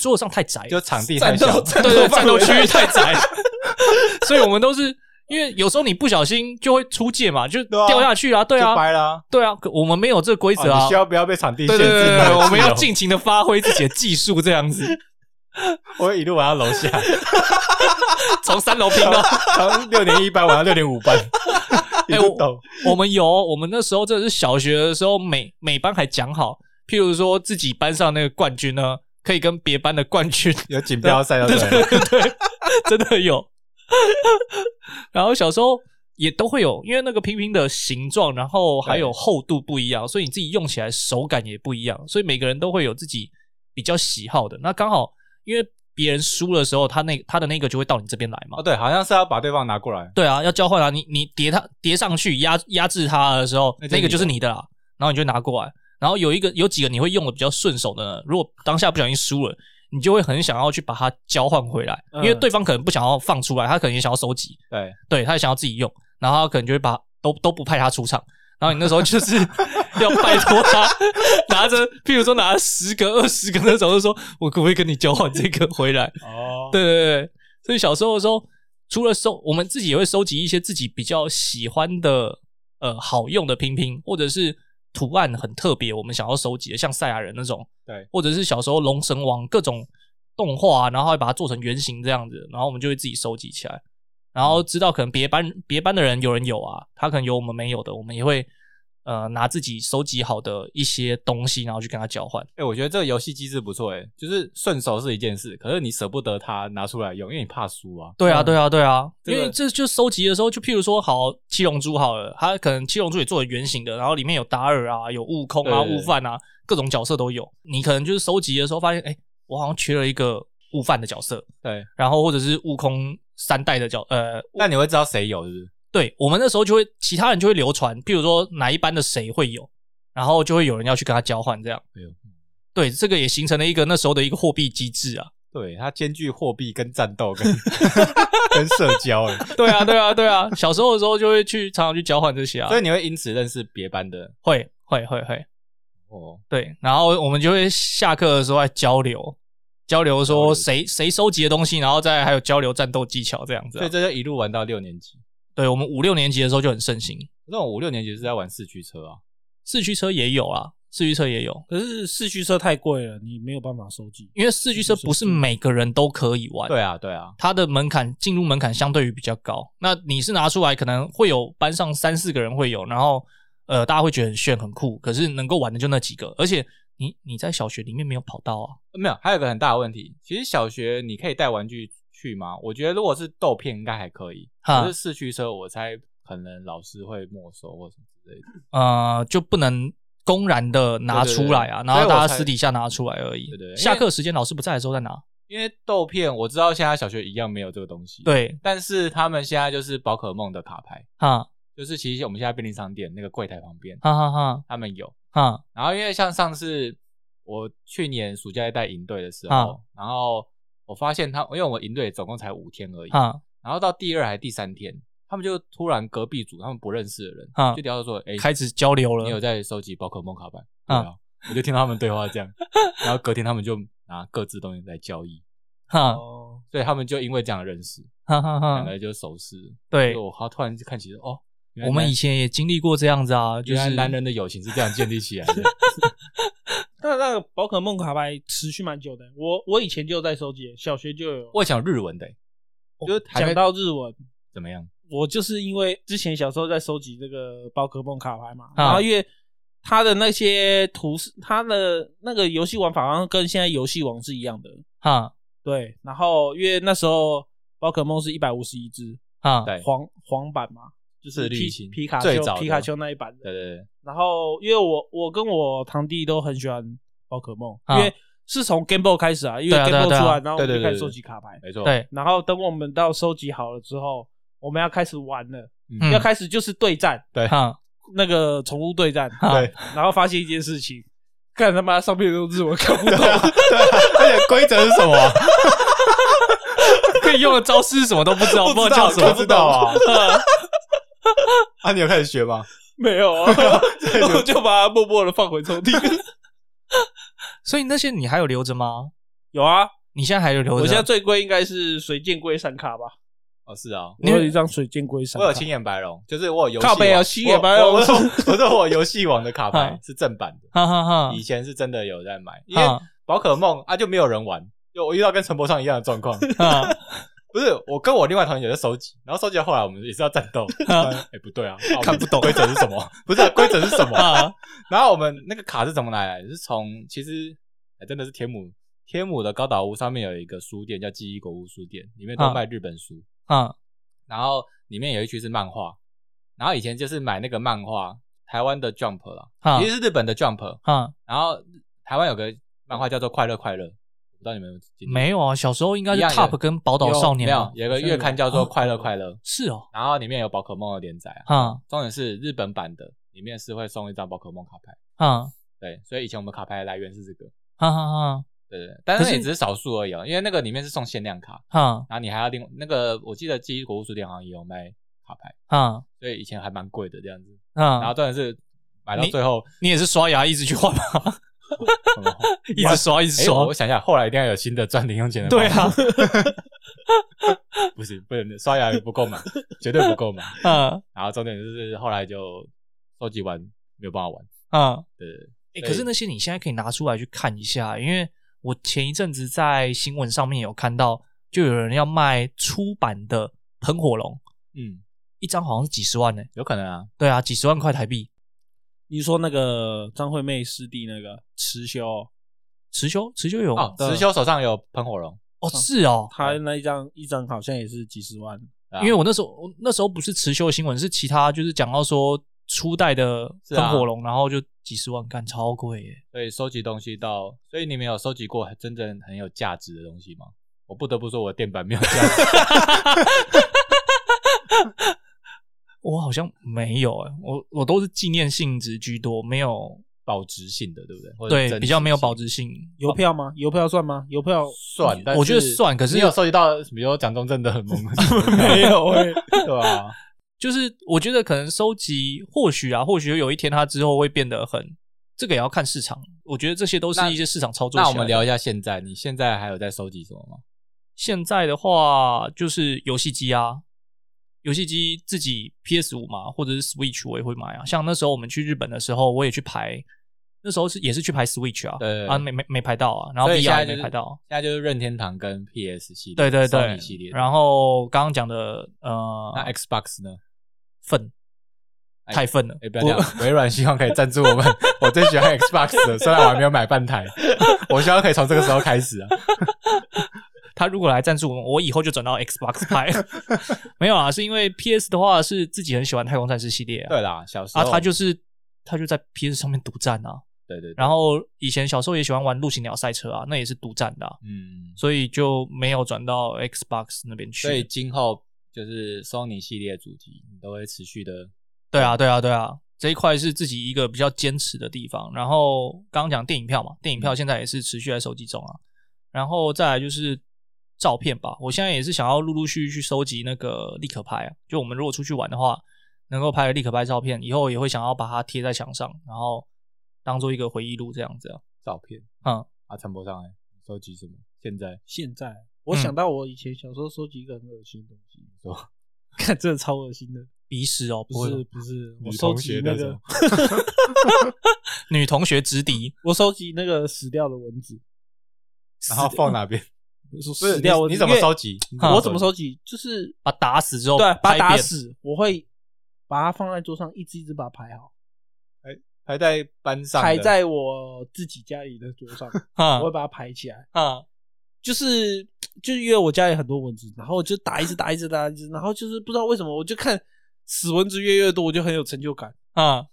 桌子上太窄了，就场地战太小斗，战对对，战斗范围区域太窄， 所以我们都是因为有时候你不小心就会出界嘛，就啊掉下去啊，对就啊，掰啦。对啊，可我们没有这个规则哦啊你需，要不要被场地限对制？对对对你的对，我自们由要，尽情的发挥自己的技术，这 样子我会一路玩到 楼下，从三楼拼到。从六点一班玩到六点 五班，一啊哎我路抖。我们有，我们那时候这是小学的时候，每每班还讲好，譬如说自己班上那个冠军呢，可以跟别班的冠军有锦标赛要对了， 真的有。 然后小时候也都会有，因为那个拼拼的形状，然后还有厚度不一样，所以你自己用起来手感也不一样，所以每个人都会有自己比较喜好的。那刚好因为别人输的时候，他那他的那个就会到你这边来嘛哦，。对，好像是要把对方拿过来，对啊，要交换啊，你你叠他叠上去压压制他的时候，那就是你那个的就是你的啦，然后你就拿过来。然后有一个有几个你会用的比较顺手的呢，如果当下不小心输了，你就会很想要去把它交换回来，因嗯为对方可能不想要放出来，他可能也想要收集，对，对他也想要自己用，然后他可能就会把都都不派他出场。然后你那时候就是 要拜托他拿着，譬如说拿十个、二十个那种，就说我可不可以跟你交换这个回来？哦，对对对，对所以小时候的时候，除了收，我们自己也会收集一些自己比较喜欢的，呃，好用的拼拼，或者是图案很特别，我们想要收集的，像赛亚人那种，对，或者是小时候龙神王各种动画、然后还把它做成原型这样子，然后我们就会自己收集起来，然后知道可能别班别班的人有人有啊，他可能有我们没有的，我们也会。呃，拿自己收集好的一些东西，然后去跟他交换。哎、我觉得这个游戏机制不错，哎，就是顺手是一件事，可是你舍不得它拿出来用，因为你怕输啊。对啊，对啊，对啊，这因个为这就收集的时候，就譬如说，好七龙珠好了，它可能七龙珠也做了圆形的，然后里面有达尔啊，有悟空啊、对对悟对饭啊，各种角色都有。你可能就是收集的时候发现，哎、我好像缺了一个悟饭的角色，对，然后或者是悟空三代的角，呃，那你会知道谁有是不是？对我们那时候就会，其他人就会流传，譬如说哪一班的谁会有，然后就会有人要去跟他交换这样哎呦。对，这个也形成了一个那时候的一个货币机制啊。对，它兼具货币跟战斗跟 跟社交，哎，对啊，对 啊，对啊，小时候的时候就会去常常去交换这些啊所，以你会因此认识别班的会会会会。哦。对，然后我们就会下课的时候来交流，交流交说流谁谁收集的东西，然后再还有交流战斗技巧这样子啊、所以这就一路玩到六年级，对我们五六年级的时候就很盛行，那种五六年级是在玩四驱车啊。四驱车也有啊，四驱车也有，可是四驱车太贵了，你没有办法收集。因为四驱车不是每个人都可以玩，对啊，对啊，它的门槛进入门槛相对于比较高。那你是拿出来，可能会有班上三四个人会有，然后呃，大家会觉得很炫很酷，可是能够玩的就那几个，而且你你在小学里面没有跑道啊，没有，还有一个很大的问题，其实小学你可以带玩具去吗？我觉得如果是豆片应该还可以，哈可是四驱车我猜可能老师会没收或什么之类的。呃，就不能公然的拿对对出对来啊，所然以后我大家才私底下拿出来而已。对对对因为下课时间老师不在的时候再拿。因为豆片我知道现在小学一样没有这个东西，，对，但是他们现在就是宝可梦的卡牌，哈就是其实我们现在便利商店那个柜台旁边哈哈哈他们有，哈，然后因为像上次我去年暑假在带营队的时啊候，然后我发现他，因为我们营队总共才五天而已，哈，然后到第二还第三天，他们就突然隔壁组他们不认识的人、啊就聊到说，哎、开始交流你有了。在收集宝可梦卡牌？对啊啊，我就听到他们对话这样，然后隔天他们就拿各自东西来交易，啊哈哦，所以他们就因为这样认识，哈哈两哈，个就熟识。对所以，我好突然就看起来，哦，原来我们男以前也经历过这样子啊，就原来是男人的友情是这样建立起来 的。那那个宝可梦卡牌持续蛮久的，我我以前就有在收集，小学就有。我想日文的、欸，哦就是还讲没到日文，怎么样？我就是因为之前小时候在收集这个宝可梦卡牌嘛，啊然后因为它的那些图示，它的那个游戏玩法好像跟现在游戏王是一样的，哈对。然后因为那时候宝可梦是一百五十一只哈，对黄黄版嘛，就是是绿皮青皮卡最丘早的皮卡丘那一版对的。对对，然后因为我我跟我堂弟都很喜欢宝可梦，啊因为是从 Game Boy 开始啊，因为对啊 Game 对 Boy 啊出对啊来，然后我们对对就对开始对收集卡牌。没错。对然后等我们到收集好了之后，我们要开始玩了。嗯要开始就是对战，对哈那个宠物对战，哈对， 然后发现一件事情，干他妈上面都是我 看不懂，而且 规则是 什么？可以用的招式是什么都不 知道，不不知道叫什么，知道啊。 啊，你有开始学吗？没有啊， 我就把它默默的放回抽 屉。所以那些你还有留着吗？有啊，你现在还有留着？我现在最贵应该是水箭龟闪卡吧， 哦，是啊，我有一张水箭龟闪我卡，有青眼白龙，就是我有游戏靠背啊王青眼白龙啊我我说我说我游戏王的卡牌是正版的，哈哈哈以前是真的有在买，因为哈宝可梦啊就没有人玩，就我遇到跟陈柏上一样的状 况，哈不是我跟我另外同学在收集，然后收集到后来我们也是要战斗，哎、不对啊，啊看不懂规则是什么？ 不是啊规、则是什么？哈， 然后我们那个卡是怎么来的？是从其实、哎真的是天母天母的高岛屋上面有一个书店叫记忆国屋书店，里面都啊卖日本书，啊然后里面有一区是漫画，然后以前就是买那个漫画，台湾的 Jump 啦，哈其实是日本的 Jump，哈，然后台湾有个漫画叫做《快乐快乐》，我不知道你们有记得没有啊，小时候应该一是样有 Top 跟宝岛少年没吧有，有个月刊叫做《快乐快乐》，是哦，然后里面有宝可梦的连载啊，哈重点是日本版的，里面是会送一张宝可梦卡牌，哈对，所以以前我们卡牌的来源是这个，哈哈对对，对但是可那是也只是少数而已哦，因为那个里面是送限量卡，哈然后你还要另那个，我记得记忆国物书店好像也有卖卡牌，哈所以以前还蛮贵的这样子，然后哈，重点是买到你最 后，你也是刷牙一直去换 吗？一直刷一直哎，刷我我，想一下，后来一定要有新的赚零用钱的，对 啊，，不行，不能刷牙也不够买，绝对不够买。啊然后重点就是后来就收集完没有办法玩，啊。对对对欸所可是以那些你现在可以拿出来去看一下，因为我前一阵子在新闻上面有看到，就有人要卖出版的喷火龙，嗯，一张好像是几十万呢、有可能啊，对啊，几十万块台币。你说那个张惠妹师弟那个池修，持修，持修有哦，对啊石修手上有喷火龙，哦，是哦，他那一张一张好像也是几十万，对啊因为我那时候我那时候不是持修的新闻，是其他就是讲到说初代的是啊喷火龙，然后就几十万，干超贵耶、所以收集东西到，所以你们有收集过真正很有价值的东西吗？我不得不说，我的电板没有价值，我好像没有哎、我我都是纪念性质居多，没有保值性的，对不对？或者对增比较没有保值值性。邮票吗？邮票算吗？邮票性哦算，但我觉得是算可是你有收集到，比如说蒋中正的很猛 的，没有欸哎、对啊，就是我觉得可能收集，或许啊，或许有一天它之后会变得很，这个也要看市场。我觉得这些都是那一些市场操作。那我们聊，一下现在，你现在还有在收集什么吗？现在的话就是游戏机啊，游戏机自己 PS 五嘛，或者是 Switch 我也会买啊。像那时候我们去日本的时候，我也去排，那时候是也是去排 Switch 啊，对啊没没没排到啊，然后所以现 VR 在也就没是排到，现在就是任天堂跟 PS 系列，对对 Sony 对系列，。然后刚刚讲的呃那 Xbox 呢？粪哎太粪了，哎、不要这样，微软希望可以赞助我们。我最喜欢 Xbox 的，虽然我还没有买半 台，我希望可以从这个时候开始啊。 他如果来赞助我们，我以后就转到 Xbox 拍。 没有啊，是因为 PS 的话是自己很喜欢太空战士系列啊，对啦，小时候啊，他就是他就在 PS 上面独占啊。对对对，然后以前小时候也喜欢玩陆行鸟赛车啊，那也是独占的啊、嗯，所以就没有转到 Xbox 那边去。所以今后就是 Sony 系列主题，你都会持续的。对啊，对啊，对啊，这一块是自己一个比较坚持的地方。然后刚刚讲电影票嘛，电影票现在也是持续在收集中啊。然后再来就是照片吧，我现在也是想要陆陆续续去收集那个立可拍啊。就我们如果出去玩的话，能够拍的立可拍照片，以后也会想要把它贴在墙上，然后当做一个回忆录这样子啊。照片，嗯，啊，陈博上来收集什么？现在现在嗯我想到我以前小时候收集一个很恶心的东西，说 看真的超恶心的，鼻屎哦，不不是是不是，女我收同学集的那什个么， 女同学直笛，我收集那个死掉的蚊子，然后放哪边？说不是死你掉蚊子，你怎么因为收集？嗯你我怎么集？收集？就是把打死之后，对，把它打拍扁，死，我会把它放在桌上，一只一只把它排好，还在班上的？啊排在我自己家里的桌 上，我会嗯把它排起来。嗯就是就是因为我家里很多蚊子，然后我就打一只打一只打一只，然后就是不知道为什么，我就看死蚊子越越多，我就很有成就感。嗯，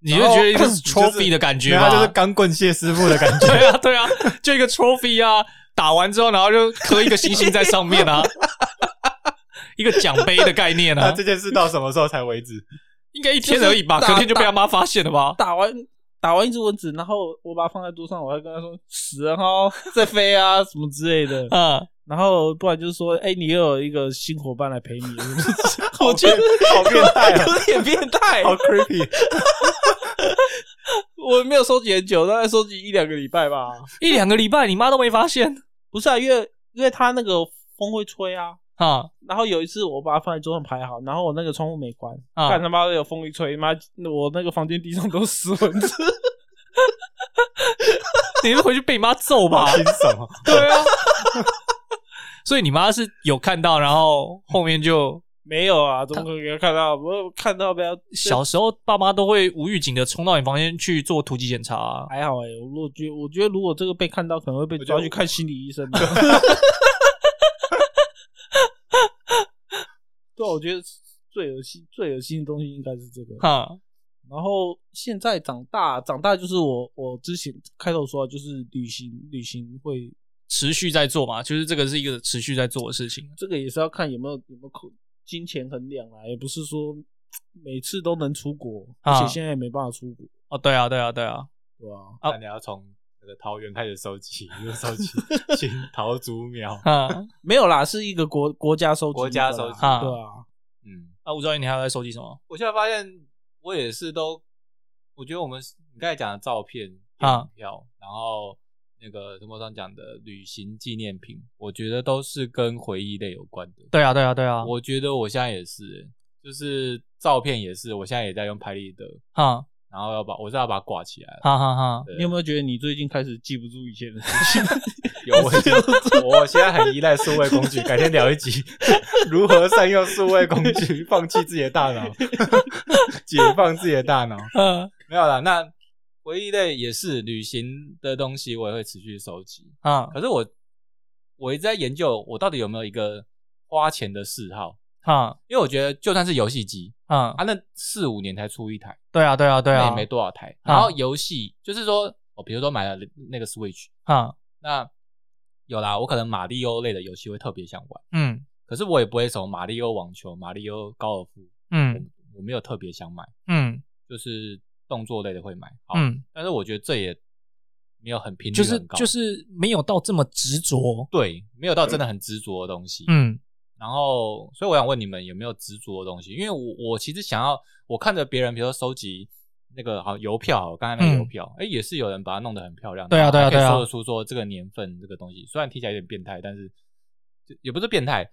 你就然后觉得一个就是 trophy 的感觉没有吧？他就是钢棍谢师傅的感觉。对啊， 对啊，就一个 trophy 啊，打完之后，然后就刻一个星星在上面啊， 一个奖杯的概念 那啊这，件事到什么时候才为止？应该一天而已吧，就是打隔天就被他妈发现了吧？打完打完一只蚊子，然后我把它放在桌上，我还跟他说死了哈， 在飞啊什么之类的。啊，然后不然就是说，哎、你又有一个新伙伴来陪你，我觉得好变态啊，有点变态。好 creepy，我没有收集很久，大概收集一两个礼拜吧。一两个礼拜你妈都没发现不是啊，因为因为它那个风会吹啊。啊然后有一次我把它放在桌上排好，然后我那个窗户没关，干、啊！他妈的有风一吹，妈我那个房间地上都是蚊子。 你是回去被你妈揍吧？好惊悚哦！对啊，所以你妈是有看到，然后后面就没有啊，怎么可能看到？我看到不要小时候爸妈都会无预警的冲到你房间去做突击检查啊、还好哎、我如果觉我觉得如果这个被看到，可能会被抓去看心理医生吧。 对啊，我觉得最恶心、最恶心的东西应该是这个。哈，然后现在长大，长大就是我我之前开头说的，就是旅行，旅行会持续在做嘛，就是这个是一个持续在做的事情。这个也是要看有没有有没有口金钱衡量啊，也不是说每次都能出国，啊而且现在也没办法出国，哦，对啊，对啊，对啊，对吧、啊那你要从那个桃园开始收集，一路收集 新桃竹苗，哈没有啦，是一个国国家收集的国啦，家收集 啊对啊，嗯。啊，吴教练，你还有在收集什么？我现在发现，我也是都，我觉得我们你刚才讲的照片、啊电影票，然后那个什么上讲的旅行纪念品，我觉得都是跟回忆类有关的。对啊，对啊，对啊，我觉得我现在也是欸，就是照片也是，我现在也在用拍立得，哈然后要把我是要把它挂起来了。哈哈 哈，对你有没有觉得你最近开始记不住以前的事有我 我现在很依赖数位工具，改天聊一集如何善用数位工具，放弃自己的大脑， 解放自己的大脑。嗯没有啦，那回忆类也是旅行的东西，我也会持续收集。啊可是我我一直在研究，我到底有没有一个花钱的嗜好？哈因为我觉得就算是游戏机啊，啊，那四五年才出一台，对啊，对啊，对那啊也，没多少台。啊然后游戏就是说，我比如说买了那个 Switch，啊，那有啦，我可能马里奥类的游戏会特别想玩，嗯可是我也不会什么马里奥网球、马里奥高尔夫，嗯我没有特别想买，嗯就是动作类的会买。好，嗯，但是我觉得这也没有很频率就是很高就是没有到这么执着，对，没有到真的很执着的东西。嗯然后，所以我想问你们有没有执着的东西？因为我我其实想要，我看着别人，比如说收集那个好邮票好了，我刚才那个邮票，哎、也是有人把它弄得很漂亮，嗯对啊然后对啊还可以对啊说得出说这个年份这个东西，虽然听起来有点变态，但是就也不是变态，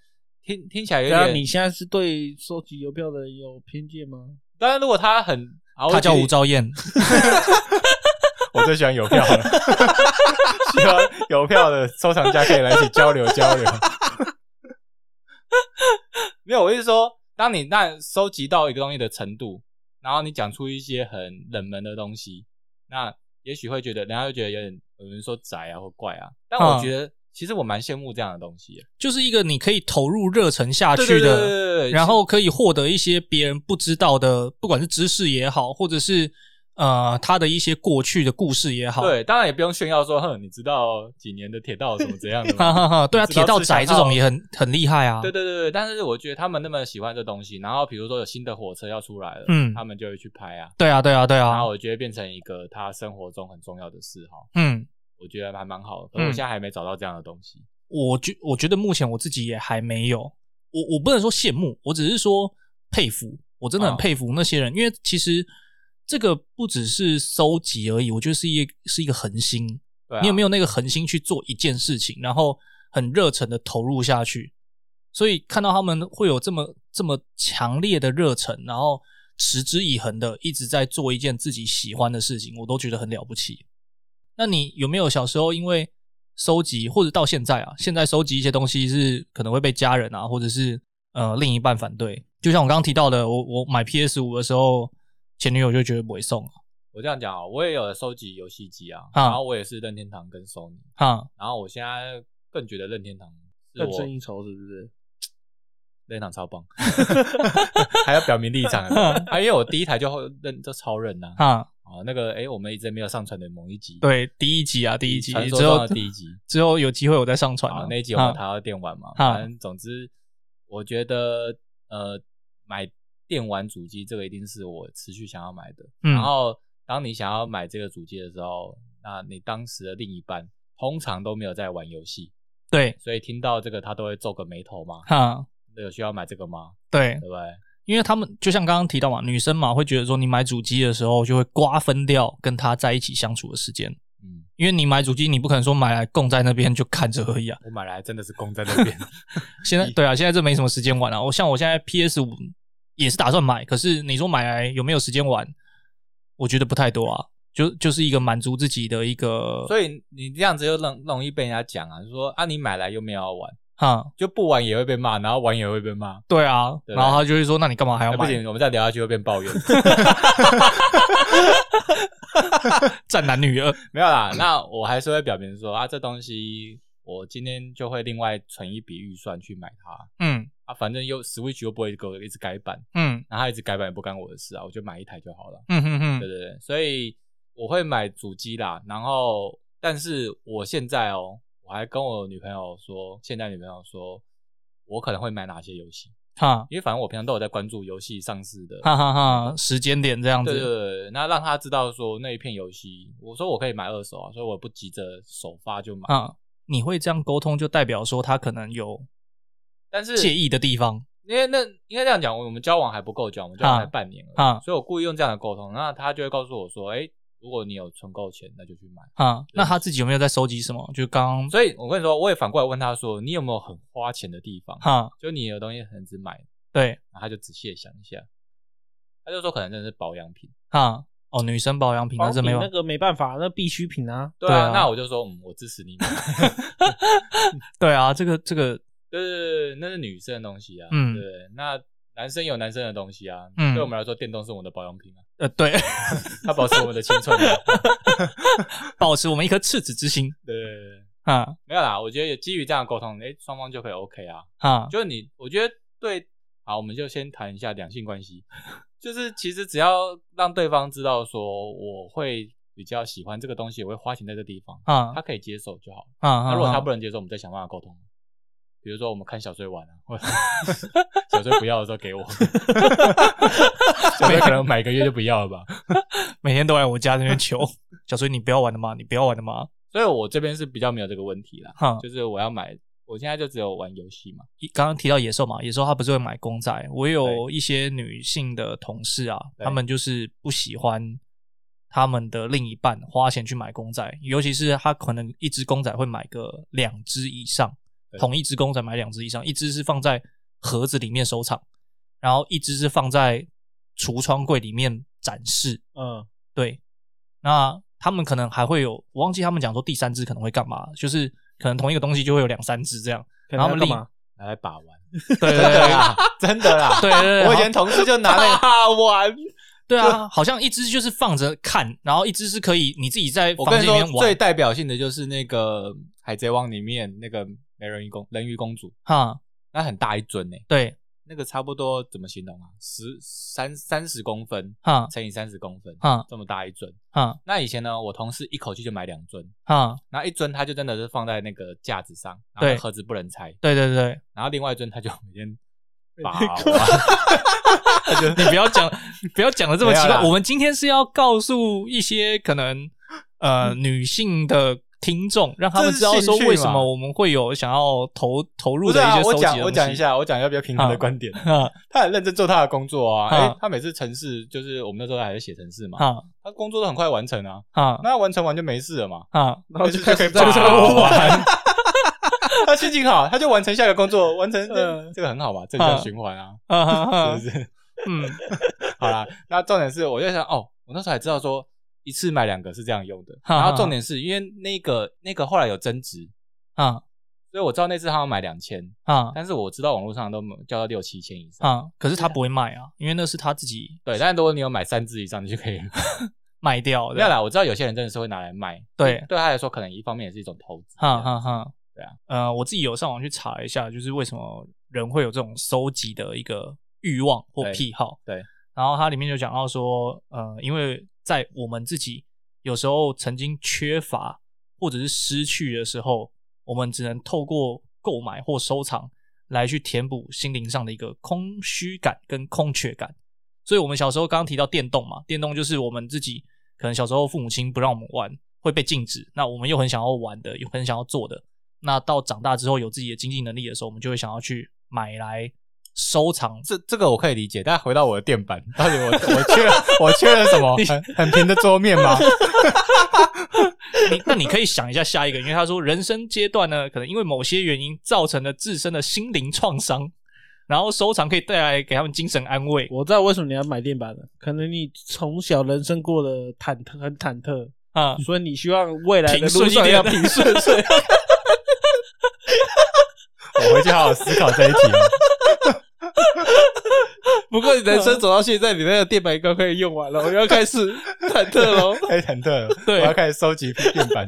听听起来有对啊，点。你现在是对收集邮票的有偏见吗？当然，如果他很，好他叫吴，我举兆燕，例我最喜欢邮票了， 喜欢邮票的收藏家可以来一起交流交流。没有，我是说，当你那收集到一个东西的程度，然后你讲出一些很冷门的东西，那也许会觉得人家会觉得有点有人说宅啊或怪啊，但我嗯觉得、其实我蛮羡慕这样的东西的， 就是一个你可以投入热忱下对啊去对对的，对对对然后可以获得一些别人不知道的，不管是知识也好，或者是呃他的一些过去的故事也好，对，当然也不用炫耀说，哼，你知道几年的铁道怎么怎样的吗哈？ 哈哈，对啊，你知道铁道自宅强这号种也很很厉害啊，对对对对，但是我觉得他们那么喜欢这东西，然后比如说有新的火车要出来了，嗯他们就会去拍啊，对啊，对啊，对然啊后，我觉得变成一个他生活中很重要的嗜好，嗯，我觉得还蛮好的。可是我现在还没找到这样的东西，我觉我觉得目前我自己也还没有，我我不能说羡慕，我只是说佩服，我真的很啊佩服那些人，因为其实这个不只是收集而已，我觉得是一是一个恒心，对、啊，你有没有？有那个恒心去做一件事情，然后很热忱的投入下去？所以看到他们会有这么这么强烈的热忱，然后持之以恒的一直在做一件自己喜欢的事情，我都觉得很了不起。那你有没有小时候因为收集，或者到现在啊，现在收集一些东西是可能会被家人啊，或者是呃另一半反对？就像我刚刚提到的，我我买 PS 五的时候，前女友就觉得不会送我这样讲啊，我也有收集游戏机啊，啊然后我也是任天堂跟 Sony，啊，然后我现在更觉得任天堂是更我胜一筹是不是？任天堂超 棒，还要表明立场啊，啊因为我第一台就会认就超认呐、啊，哈、啊那个哎、我们一直没有上传的某一集，，对，第一集啊，第一集传说之中的后第一集。之后有机会我再上传好啊，那一集我们啊谈到电玩嘛，啊反正总之，我觉得呃，买电玩主机这个一定是我持续想要买的。嗯然后当你想要买这个主机的时候，那你当时的另一半通常都没有在玩游戏，对，所以听到这个他都会皱个眉头嘛，哈，有需要买这个吗？对对，不对？因为他们就像刚刚提到嘛，女生嘛会觉得说，你买主机的时候就会瓜分掉跟她在一起相处的时间，嗯，因为你买主机，你不可能说买来供在那边就看着而已啊。我买来真的是供在那边，嗯现在对啊，现在这没什么时间玩啊。我像我现在 PS 五也是打算买，可是你说买来有没有时间玩？我觉得不太多啊，就就是一个满足自己的一个，所以你这样子又容容易被人家讲啊，就说啊你买来又没有要玩，哈，就不玩也会被骂，然后玩也会被骂。对啊。对然后他就会说，那你干嘛还要啊、不买？行，我们再聊下去会变抱怨。占男女二， 没有啦，那我还是会表明说啊，这东西我今天就会另外存一笔预算去买它嗯啊，反正又 Switch 又不会给我一直改版，嗯然后它一直改版也不干我的事啊，我就买一台就好了。嗯嗯对嗯，对对，所以我会买主机啦，然后但是我现在哦，我还跟我女朋友说，现在女朋友说我可能会买哪些游戏，哈因为反正我平常都有在关注游戏上市的。哈哈哈，时间点这样对对子，对，那让她知道说那一片游戏，我说我可以买二手啊，所以我不急着首发就买。啊，你会这样沟通，就代表说他可能有但是介意的地方因为那应该这样讲，我们交往还不够久，我们交往才啊半年而已，啊所以我故意用这样的沟通，那他就会告诉我说，哎，如果你有存够钱，那就去买。啊。那他自己有没有在收集什么？就刚所以我跟你说，我也反过来问他说，你有没有很花钱的地方？哈，就你有东西很值买，对然后他就仔细的想一下，他就说可能真的是保养品。哈，哦，女生保养品那仿是品没有那个没办法，那必需品啊。对对啊，啊那我就说，嗯，我支持你买。对啊，这个这个，对对对对，那是女生的东西啊，嗯对不对。那男生有男生的东西啊，嗯对我们来说，电动是我们的保养品啊，呃，对， 它保持我们的青春啊。保持我们一颗赤子之心对对对对，啊没有啦，我觉得也基于这样的沟通，哎，双方就可以 OK 啊。啊，就你，我觉得对，好，我们就先谈一下两性关系， 就是其实只要让对方知道说我会比较喜欢这个东西，我会花钱在这地方，啊他可以接受就好。啊那啊！如果他啊不能接受，我们再想办法沟通。比如说我们看小睡玩啊，或者 小睡不要的时候给我， 小睡可能买个月就不要了吧。每天都来我家那边求 小崔，你不要玩了嘛，你不要玩了嘛，所以我这边是比较没有这个问题啦，哈。就是我要买，我现在就只有玩游戏嘛。一刚刚提到野兽嘛，野兽他不是会买公仔，我有一些女性的同事啊，对她们就是不喜欢他们的另一半花钱去买公仔，尤其是她可能一只公仔会买个两只以上，对同一只公仔买两只以上，一只是放在盒子里面收藏，然后一只是放在橱窗柜里面展示。嗯，对，那他们可能还会有，我忘记他们讲说第三只可能会干嘛，就是可能同一个东西就会有两三只 这样，可然后能要他们干另嘛？拿来把玩，对对真的对。啦，真的啦。对对对，我以好前同事就拿那个啊，玩对啊，好像一只就是放着看，然后一只是可以你自己在我房跟你间里说面，最玩代表性的就是那个《海贼王》里面那个美人鱼公人鱼公主，哈。那很大一尊呢、对那个差不多怎么形容啊？十三三十公分哈乘以三十公分，哈这么大一尊。哈那以前呢，我同事一口气就买两尊，哈，然后一尊他就真的是放在那个架子上，然后对那盒子不能拆，对对对，然后另外一尊他就每天把 你不要讲，不要讲的这么奇没有怪。啦我们今天是要告诉一些可能呃女性的听众，让他们知道说为什么我们会有想要投投入不是的一啊，些收我集的东讲西。我讲一下，我讲一下比较平衡的啊观点。哈他很认真做他的工作啊，啊哎，他每次程式就是我们那时候还在写程式嘛，哈他工作都很快完成啊，哈那完成完就没事了嘛，哈，然后就开始 在在我玩。玩。他心情好，他 就完成下一个工作，完成这嗯这个很好吧，正向循环啊，哈哈是不哈，是？ 嗯好啦，那重点是，我就想哦，我那时候还知道说一次买两个是这样用的，哈然哈后重点是因为那个那个后来有增值，啊所以我知道那次他要买两千，啊但是我知道网络上都叫到六七千以上，啊，可是他不会卖啊，因为那是他自己对，但是如果你有买三只以上，你就可以卖掉的。没有啦，我知道有些人真的是会拿来卖，对对他来说，可能一方面也是一种投资。哈哈哈，对啊，呃，我自己有上网去查一下，就是为什么人会有这种收集的一个欲望或对癖好。对然后它里面就讲到说，呃，因为在我们自己有时候曾经缺乏或者是失去的时候，我们只能透过购买或收藏来去填补心灵上的一个空虚感跟空缺感。所以，我们小时候刚刚提到电动嘛，电动就是我们自己可能小时候父母亲不让我们玩，会被禁止。那我们又很想要玩的，又很想要做的。那到长大之后有自己的经济能力的时候，我们就会想要去买来收藏。这这个我可以理解，但回到我的垫板， 到底我我缺了我缺了什 么？很很平的桌面吗？你那你可以想一下下一个，因为他说人生阶段呢，可能因为某些原因造成了自身的心灵创伤，然后收藏可以带来给他们精神安慰。我知道为什么你要买电板了，可能你从小人生过得忐忑，很忐忑，啊、所 以你希望未来的平顺嗯路一上点要平顺，所以我回去好好思考这一 题。不过你人嗯生走到现在，你那个电板应该可以用完了，我要开始忐忑喽。开始忐忑了，对我要开始收集垫 板。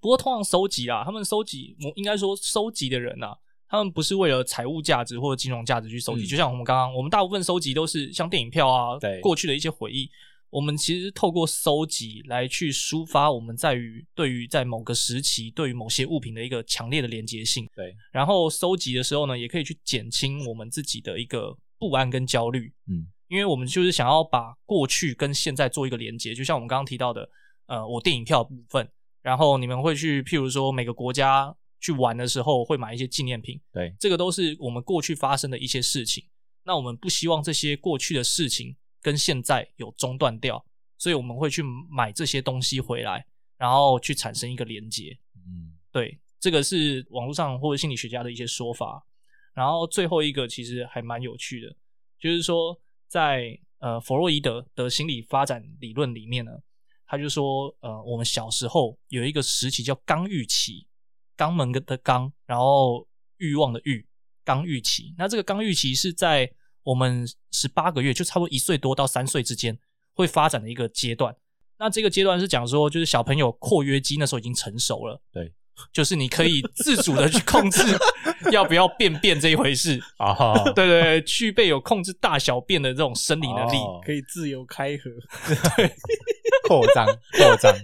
不过通常收集啊，他们收集，我应该说收集的人啊，他们不是为了财务价值或者金融价值去收集，嗯就像我们刚刚，我们大部分收集都是像电影票啊，对过去的一些回忆。我们其实透过收集来去抒发我们在于对于在某个时期对于某些物品的一个强烈的连接性。对，然后收集的时候呢，也可以去减轻我们自己的一个不安跟焦虑。嗯，因为我们就是想要把过去跟现在做一个连接，就像我们刚刚提到的，呃，我电影票部分，然后你们会去，譬如说每个国家去玩的时候会买一些纪念品，对，这个都是我们过去发生的一些事情。那我们不希望这些过去的事情跟现在有中断掉，所以我们会去买这些东西回来，然后去产生一个连接。嗯，对，这个是网络上或者心理学家的一些说法。然后最后一个其实还蛮有趣的，就是说在呃弗洛伊德的心理发展理论里面呢，他就说呃我们小时候有一个时期叫刚欲期，肛门的肛，然后欲望的欲，刚欲期。那这个刚欲期是在我们十八个月，就差不多一岁多到三岁之间会发展的一个阶段。那这个阶段是讲说，就是小朋友括约肌那时候已经成熟了，对，就是你可以自主的去控制要不要便便这一回事，哦，对对对，具备有控制大小便的这种生理能力。哦 可以自由开合，扩 张扩张，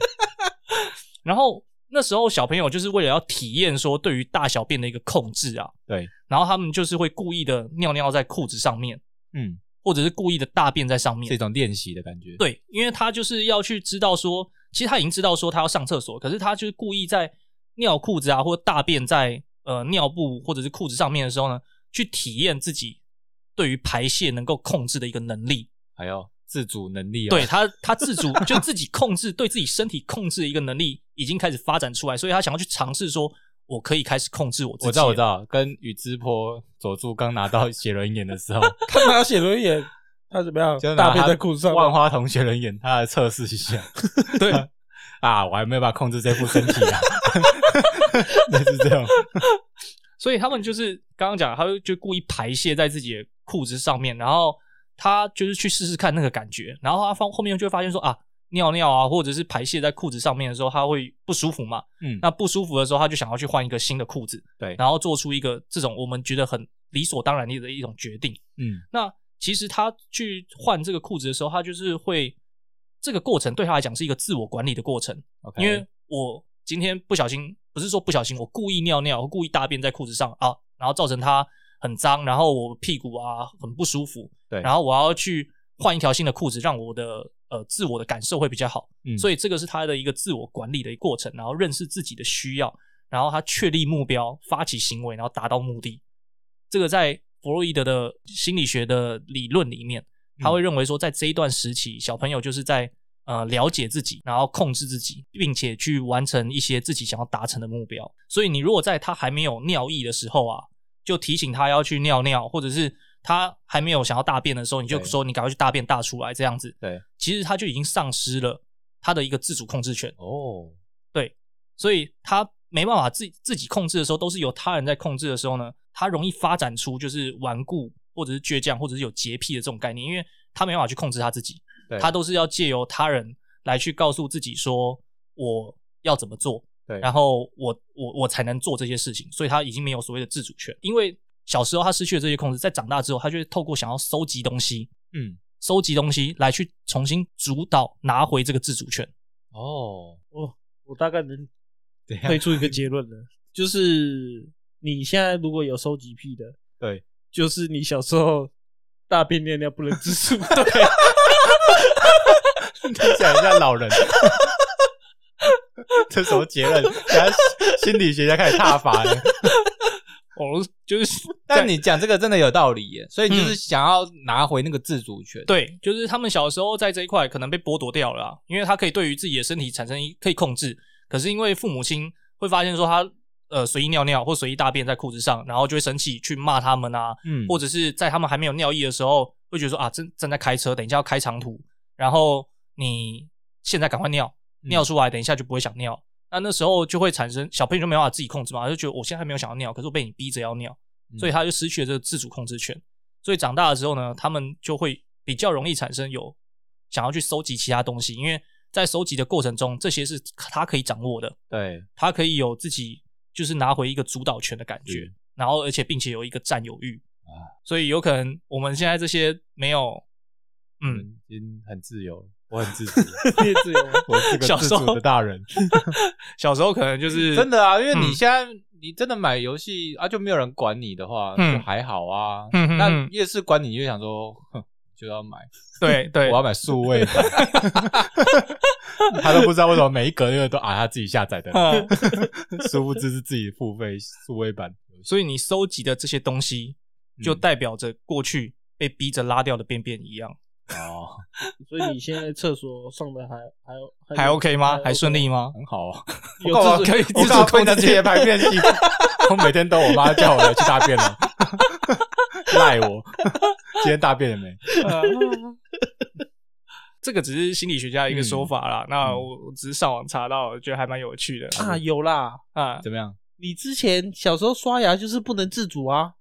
然后那时候小朋友就是为了要体验说对于大小便的一个控制啊，对，然后他们就是会故意的尿尿在裤子上面，嗯，或者是故意的大便在上是一面。种练习的感觉。，对，因为他就是要去知道说，其实他已经知道说他要上厕所，可是他就是故意在尿裤子啊，或大便在呃尿布或者是裤子上面的时候呢，去体验自己对于排泄能够控制的一个能力。还有自主能力、哦。对他，他自主就自己控制，对自己身体控制的一个能力已经开始发展出来，所以他想要去尝试说，我可以开始控制我自己。我知道，我知。道，跟宇智波佐助刚拿到写轮眼的时 候，他拿写轮眼，他怎么 样就是？大拿他便在裤子上吗，万花筒写轮眼，他来测试一下。对啊，我还没有办法控制这副身体啊， 那是这样。所以他们就是刚刚讲，他就故意排泄在自己的裤子上面，然后他就是去试试看那个感觉，然后他放后面就会发现说啊，尿尿啊，或者是排泄在裤子上面的时候，他会不舒服嘛。嗯，那不舒服的时候，他就想要去换一个新的裤子， 对，然后做出一个这种我们觉得很理所当然的一种决定。嗯，那其实他去换这个裤子的时候，他就是会这个过程对他来讲是一个自我管理的过程， OK，因为我今天不小心，不是说不小心，我故意尿尿，我故意大便在裤子上啊，然后造成他很脏，然后我屁股啊很不舒服，对然后我要去换一条新的裤子，让我的呃自我的感受会比较好，嗯所以这个是他的一个自我管理的一个过程，然后认识自己的需要，然后他确立目标，发起行为，然后达到目的。这个在弗洛伊德的心理学的理论里面，他嗯会认为说，在这一段时期，小朋友就是在呃了解自己，然后控制自己，并且去完成一些自己想要达成的目标。所以，你如果在他还没有尿意的时候啊，就提醒他要去尿尿，或者是他还没有想要大便的时候，你就对说你赶快去大便大出来，这样子，对，其实他就已经丧失了他的一个自主控制权。哦，所以他没办法自己自己控制的时候，都是由他人在控制的时候呢，他容易发展出就是顽固或者是倔强或者是有洁癖的这种概念，因为他没办法去控制他自己对，他都是要借由他人来去告诉自己说我要怎么做，对，然后我我我才能做这些事情，所以他已经没有所谓的自主权，因为小时候他失去了这些控制，在长大之后，他就会透过想要收集东西。嗯，收集东西来去重新主导拿回这个自主权，哦，我大概能对啊呀，推出一个结论了， 就是你现在如果有收集癖的，对， 就是你小时候大便尿尿不能自主，对， 听起来很像老人。 这什么结论？等下心理学家开始踏伐了。我哦 就是 但你讲这个真的有道理耶，所以就是想要拿回那个自主权。对，就是他们小时候在这一块可能被剥夺掉了啊，因为他可以对于自己的身体产生一可以控制，可是因为父母亲会发现说他呃随意尿尿或随意大便在裤子上，然后就会生气去骂他们啊，嗯或者是在他们还没有尿意的时候，会觉得说啊正正在开车，等一下要开长途，然后你现在赶快尿，嗯尿出来，等一下就不会想尿。那那时候就会产生小朋友就没办法自己控制嘛，他就觉得我现在还没有想要尿，可是我被你逼着要尿，嗯所以他就失去了这个自主控制权。所以长大了之后呢，他们就会比较容易产生有想要去收集其他东西，因为在收集的过程中，这些是他可以掌握的，对，他可以有自己就是拿回一个主导权的感觉，嗯然后而且并且有一个占有欲啊所以有可能我们现在这些没有，嗯，嗯，已经很自由了，我很自主，你也自由。 我是个小自时候主的大人。小时候可能就是真的啊，因为你嗯现在、你真的买游戏啊，就没有人管你的话，嗯就还好啊。 嗯嗯嗯那夜市管你，你就想说哼就要买，对对我要买数位版。 他都不知道为什么每一格那个都啊他自己下载的，嗯 殊不知是自己付费数位版游戏。所以你收集的这些东西，就嗯代表着过去被逼着拉掉的便便一样，哦，所以你现在厕所上的还还还还 OK 吗？还顺利吗？吗？很好、哦，有呃自我干嘛 主可以我自搞主非控常制自己 的排便系统， 我每天都我妈叫我去大便 了，赖我，今天大便了没？嗯 这个只是心理学家一个说法啦。那嗯我我只是上网查到，我觉得还蛮有趣的 啊，有啦。啊。怎么样？你之前小时候刷牙就是不能自主啊，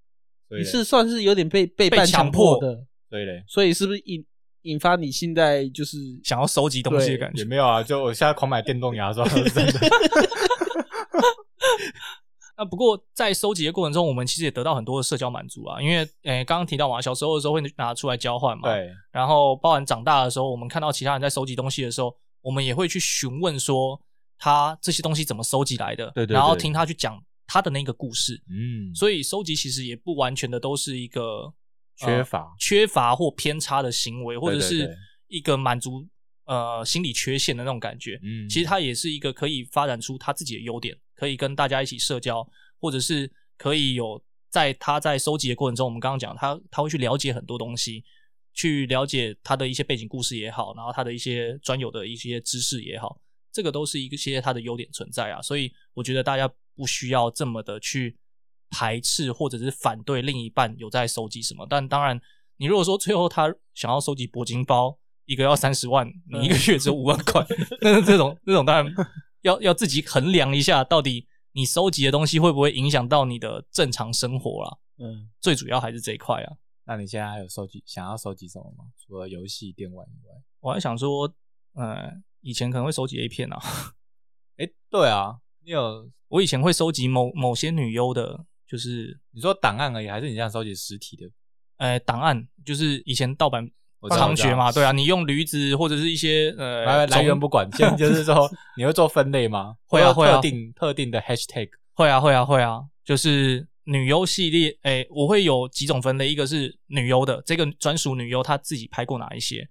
所以你嘞是算是有点被被被半强强迫迫的，所以嘞，所以是不是引引发你现在就是想要收集东西对的感也觉，没有啊，就我现在狂买电动牙 刷，是真的。那不过在收集的过程中，我们其实也得到很多的社交满足啊。因为，诶、刚刚提到嘛，小时候的时候会拿出来交换嘛，对，然后包含长大的时候，我们看到其他人在收集东西的时候，我们也会去询问说他这些东西怎么收集来的，对对对然后听他去讲他的那个故事。嗯，所以收集其实也不完全的都是一个缺、呃乏，缺乏或偏差的行为，或者对对对是一个满足呃心理缺陷的那种感觉。嗯，其实它也是一个可以发展出他自己的优点，可以跟大家一起社交，或者是可以有在他在收集的过程中，我们刚刚讲他他会去了解很多东西，去了解他的一些背景故事也好，然后他的一些专有的一些知识也好，这个都是一些他的优点存在啊。所以我觉得大家不需要这么的去排斥或者是反对另一半有在收集什么，但当然。你如果说最后他想要收集铂金包，一个要三十万，你一个月只有五万块， 那这种这种当然要要自己衡量一下，到底你收集的东西会不会影响到你的正常生活啦？嗯，最主要还是这一块啊。那你现在还有收集想要收集什么吗？除了游戏、电玩以外，我还想说，呃，以前可能会收集 A 片啊， 哎，对啊，你有我以前会收集某某些女优的，就是你说档案而已，还是你想收集实体的？呃档案，就是以前盗版我知道猖獗嘛，对啊，你用驴子或者是一些我呃知道来来源种不管，现在就是 说你会做分类吗？会啊有会啊特定特定的 hashtag，会啊，会啊，会啊，就是女优系列，诶、我会有几种分类，一个是女优的，这个专属女优她自己拍过哪一些，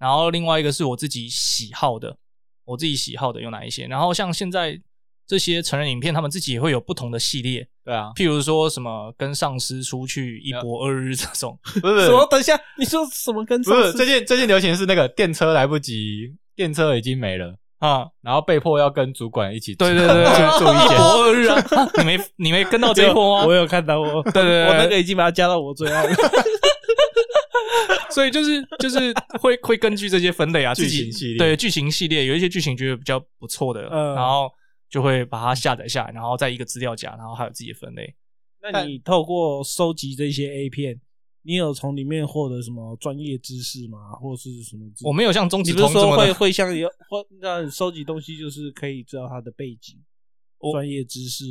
然后另外一个是我自己喜好的，我自己喜好的有哪一些，然后像现在这些成人影片，他们自己也会有不同的系列，对啊，譬如说什么跟上司出去一搏二日这种， 不是什么？等一下， 你说什么跟不上是，次最近最近流行是那个电车来不及，电车已经没了，啊，然后被迫要跟主管一起对对对对 住住一一间，搏二日啊，啊你没你没跟到这一波吗？我有看到 我，对对对我那个已经把它加到我最 爱了。所以就是就是会会根据这些分类啊，剧自己情系列对剧情系列有一些剧情觉得比较不错的，嗯然后就会把它下载下来，然后在一个资料夹，然后还有自己的分嗯类。那你透过收集这些 A 片，你有从里面获得什么专业知识吗？或是什么知？我没有像中你指不是通这说么会的，会像有会让你收集东西，就是可以知道它的背景、我专业知识、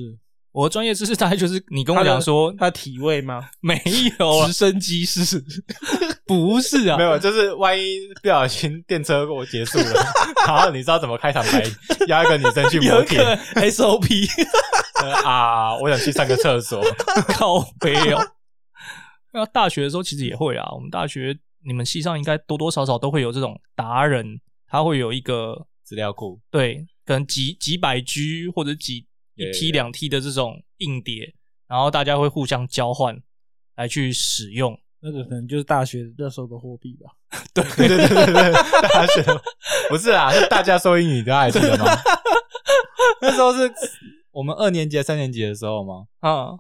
我的专业知识大概就是你跟我讲说它体位吗？没有啊直，升机是 不是啊没，有，就是万一不小心电车我结束了，然后你知道怎么开场白，压一个女生去摩有可铁 能 SOP 呃啊，我想去上个厕所， 靠背哦。那大学的时候其实也会啊，我们大学你们系上应该多多少少都会有这种达人，他会有一个资料库，对，可能几几百 G 或者几一 T 两 T 的这种硬碟，然后大家会互相交换来去使用。那个可能就是大学那时候的货币吧。对对对对对，大学不是啊，是大家收英语，大家还记得吗？那时候是我们二年级、三年级的时候吗？嗯，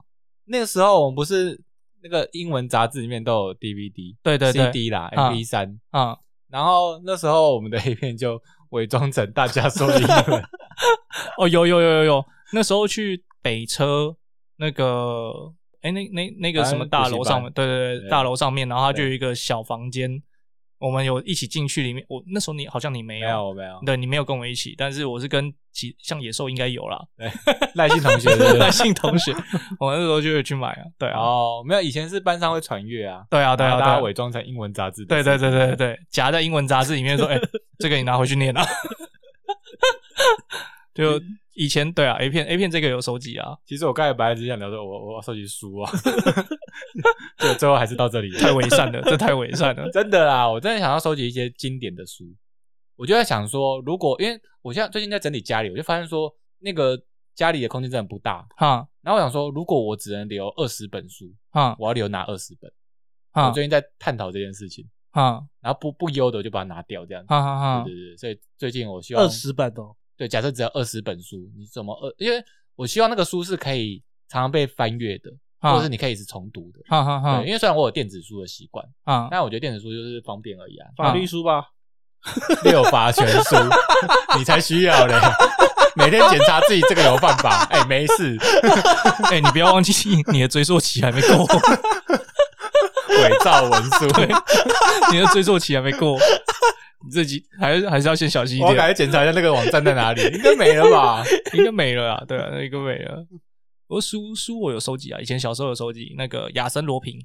那个时候我们不是那个英文杂志里面都有 DVD，对对对 CD 啦啊，MP 三。啊、然后那时候我们的 A 片就伪装成大家说英文，哦，有有有有有，那时候去北车那个，哎、那那那个什么大楼上面，对对对，对大楼上面，然后它就对有一个小房间，我们有一起进去里面。我那时候你好像你没没有没有，对你没有跟我一起，但是我是跟其像野兽应该有啦， 赖姓同学对不对赖姓 同学，我那时候就有去买啊，对啊，哦，没有，以前是班上会传阅啊，对啊，对然啊，后大对家啊，伪装成英文杂志，对对对对对，对，夹在英文杂志里面说，哎、这个你拿回去念啊。 就以前对啊，A 片 A 片这个有收集啊，其实我刚才本来只想聊说，我我要收集书 啊，就最后还是到这里了，太伪善了，这太伪善了。真的啦，我真的想要收集一些经典的书。我就在想说，如果因为我现在最近在整理家里，我就发现说，那个家里的空间真的不大。哈然后我想说，如果我只能留二十本书，哈我要留哪二十本？我哈最近在探讨这件事情，哈然后不不优的我就把它拿掉，这样子。哈哈哈对对对，所以最近我希望二十版哦，对，假设只有二十本书，你怎么二？因为我希望那个书是可以常常被翻阅的，或者是哈你可以是重读的。哈哈对，因为虽然我有电子书的习惯，哈但我觉得电子书就是方便而已啊。法律书吧。六法全书， 你才需要嘞！每天检查自己这个有犯法，哎、没事，哎，你不要忘记你的追溯期还没过，伪造文书。你的追溯期还没过，你自己还是还是要先小心一我要点。赶快检查一下那个网站在哪里，应该没了吧？应该没了啦，对啊，应该没了。我书书我有收集啊，以前小时候有收集那个亚森罗平，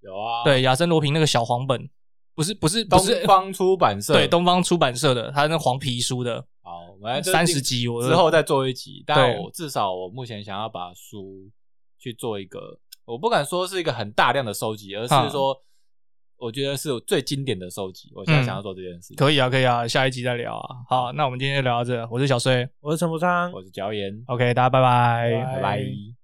有啊，，对亚森罗平那个小黄本，不是不是不东是，方出版社对东方出版社的，他那黄皮书的好，我们嗯三十集，我之后再做一集，但对我至少我目前想要把书去做一个，我不敢说是一个很大量的收集，而嗯是说我觉得是我最经典的收集。我现在嗯想要做这件事情。可以啊，可以啊，下一集再聊啊。好，那我们今天就聊到这，我是小穗我是陈柏昌，我是椒盐， ，OK，大家拜拜拜拜拜。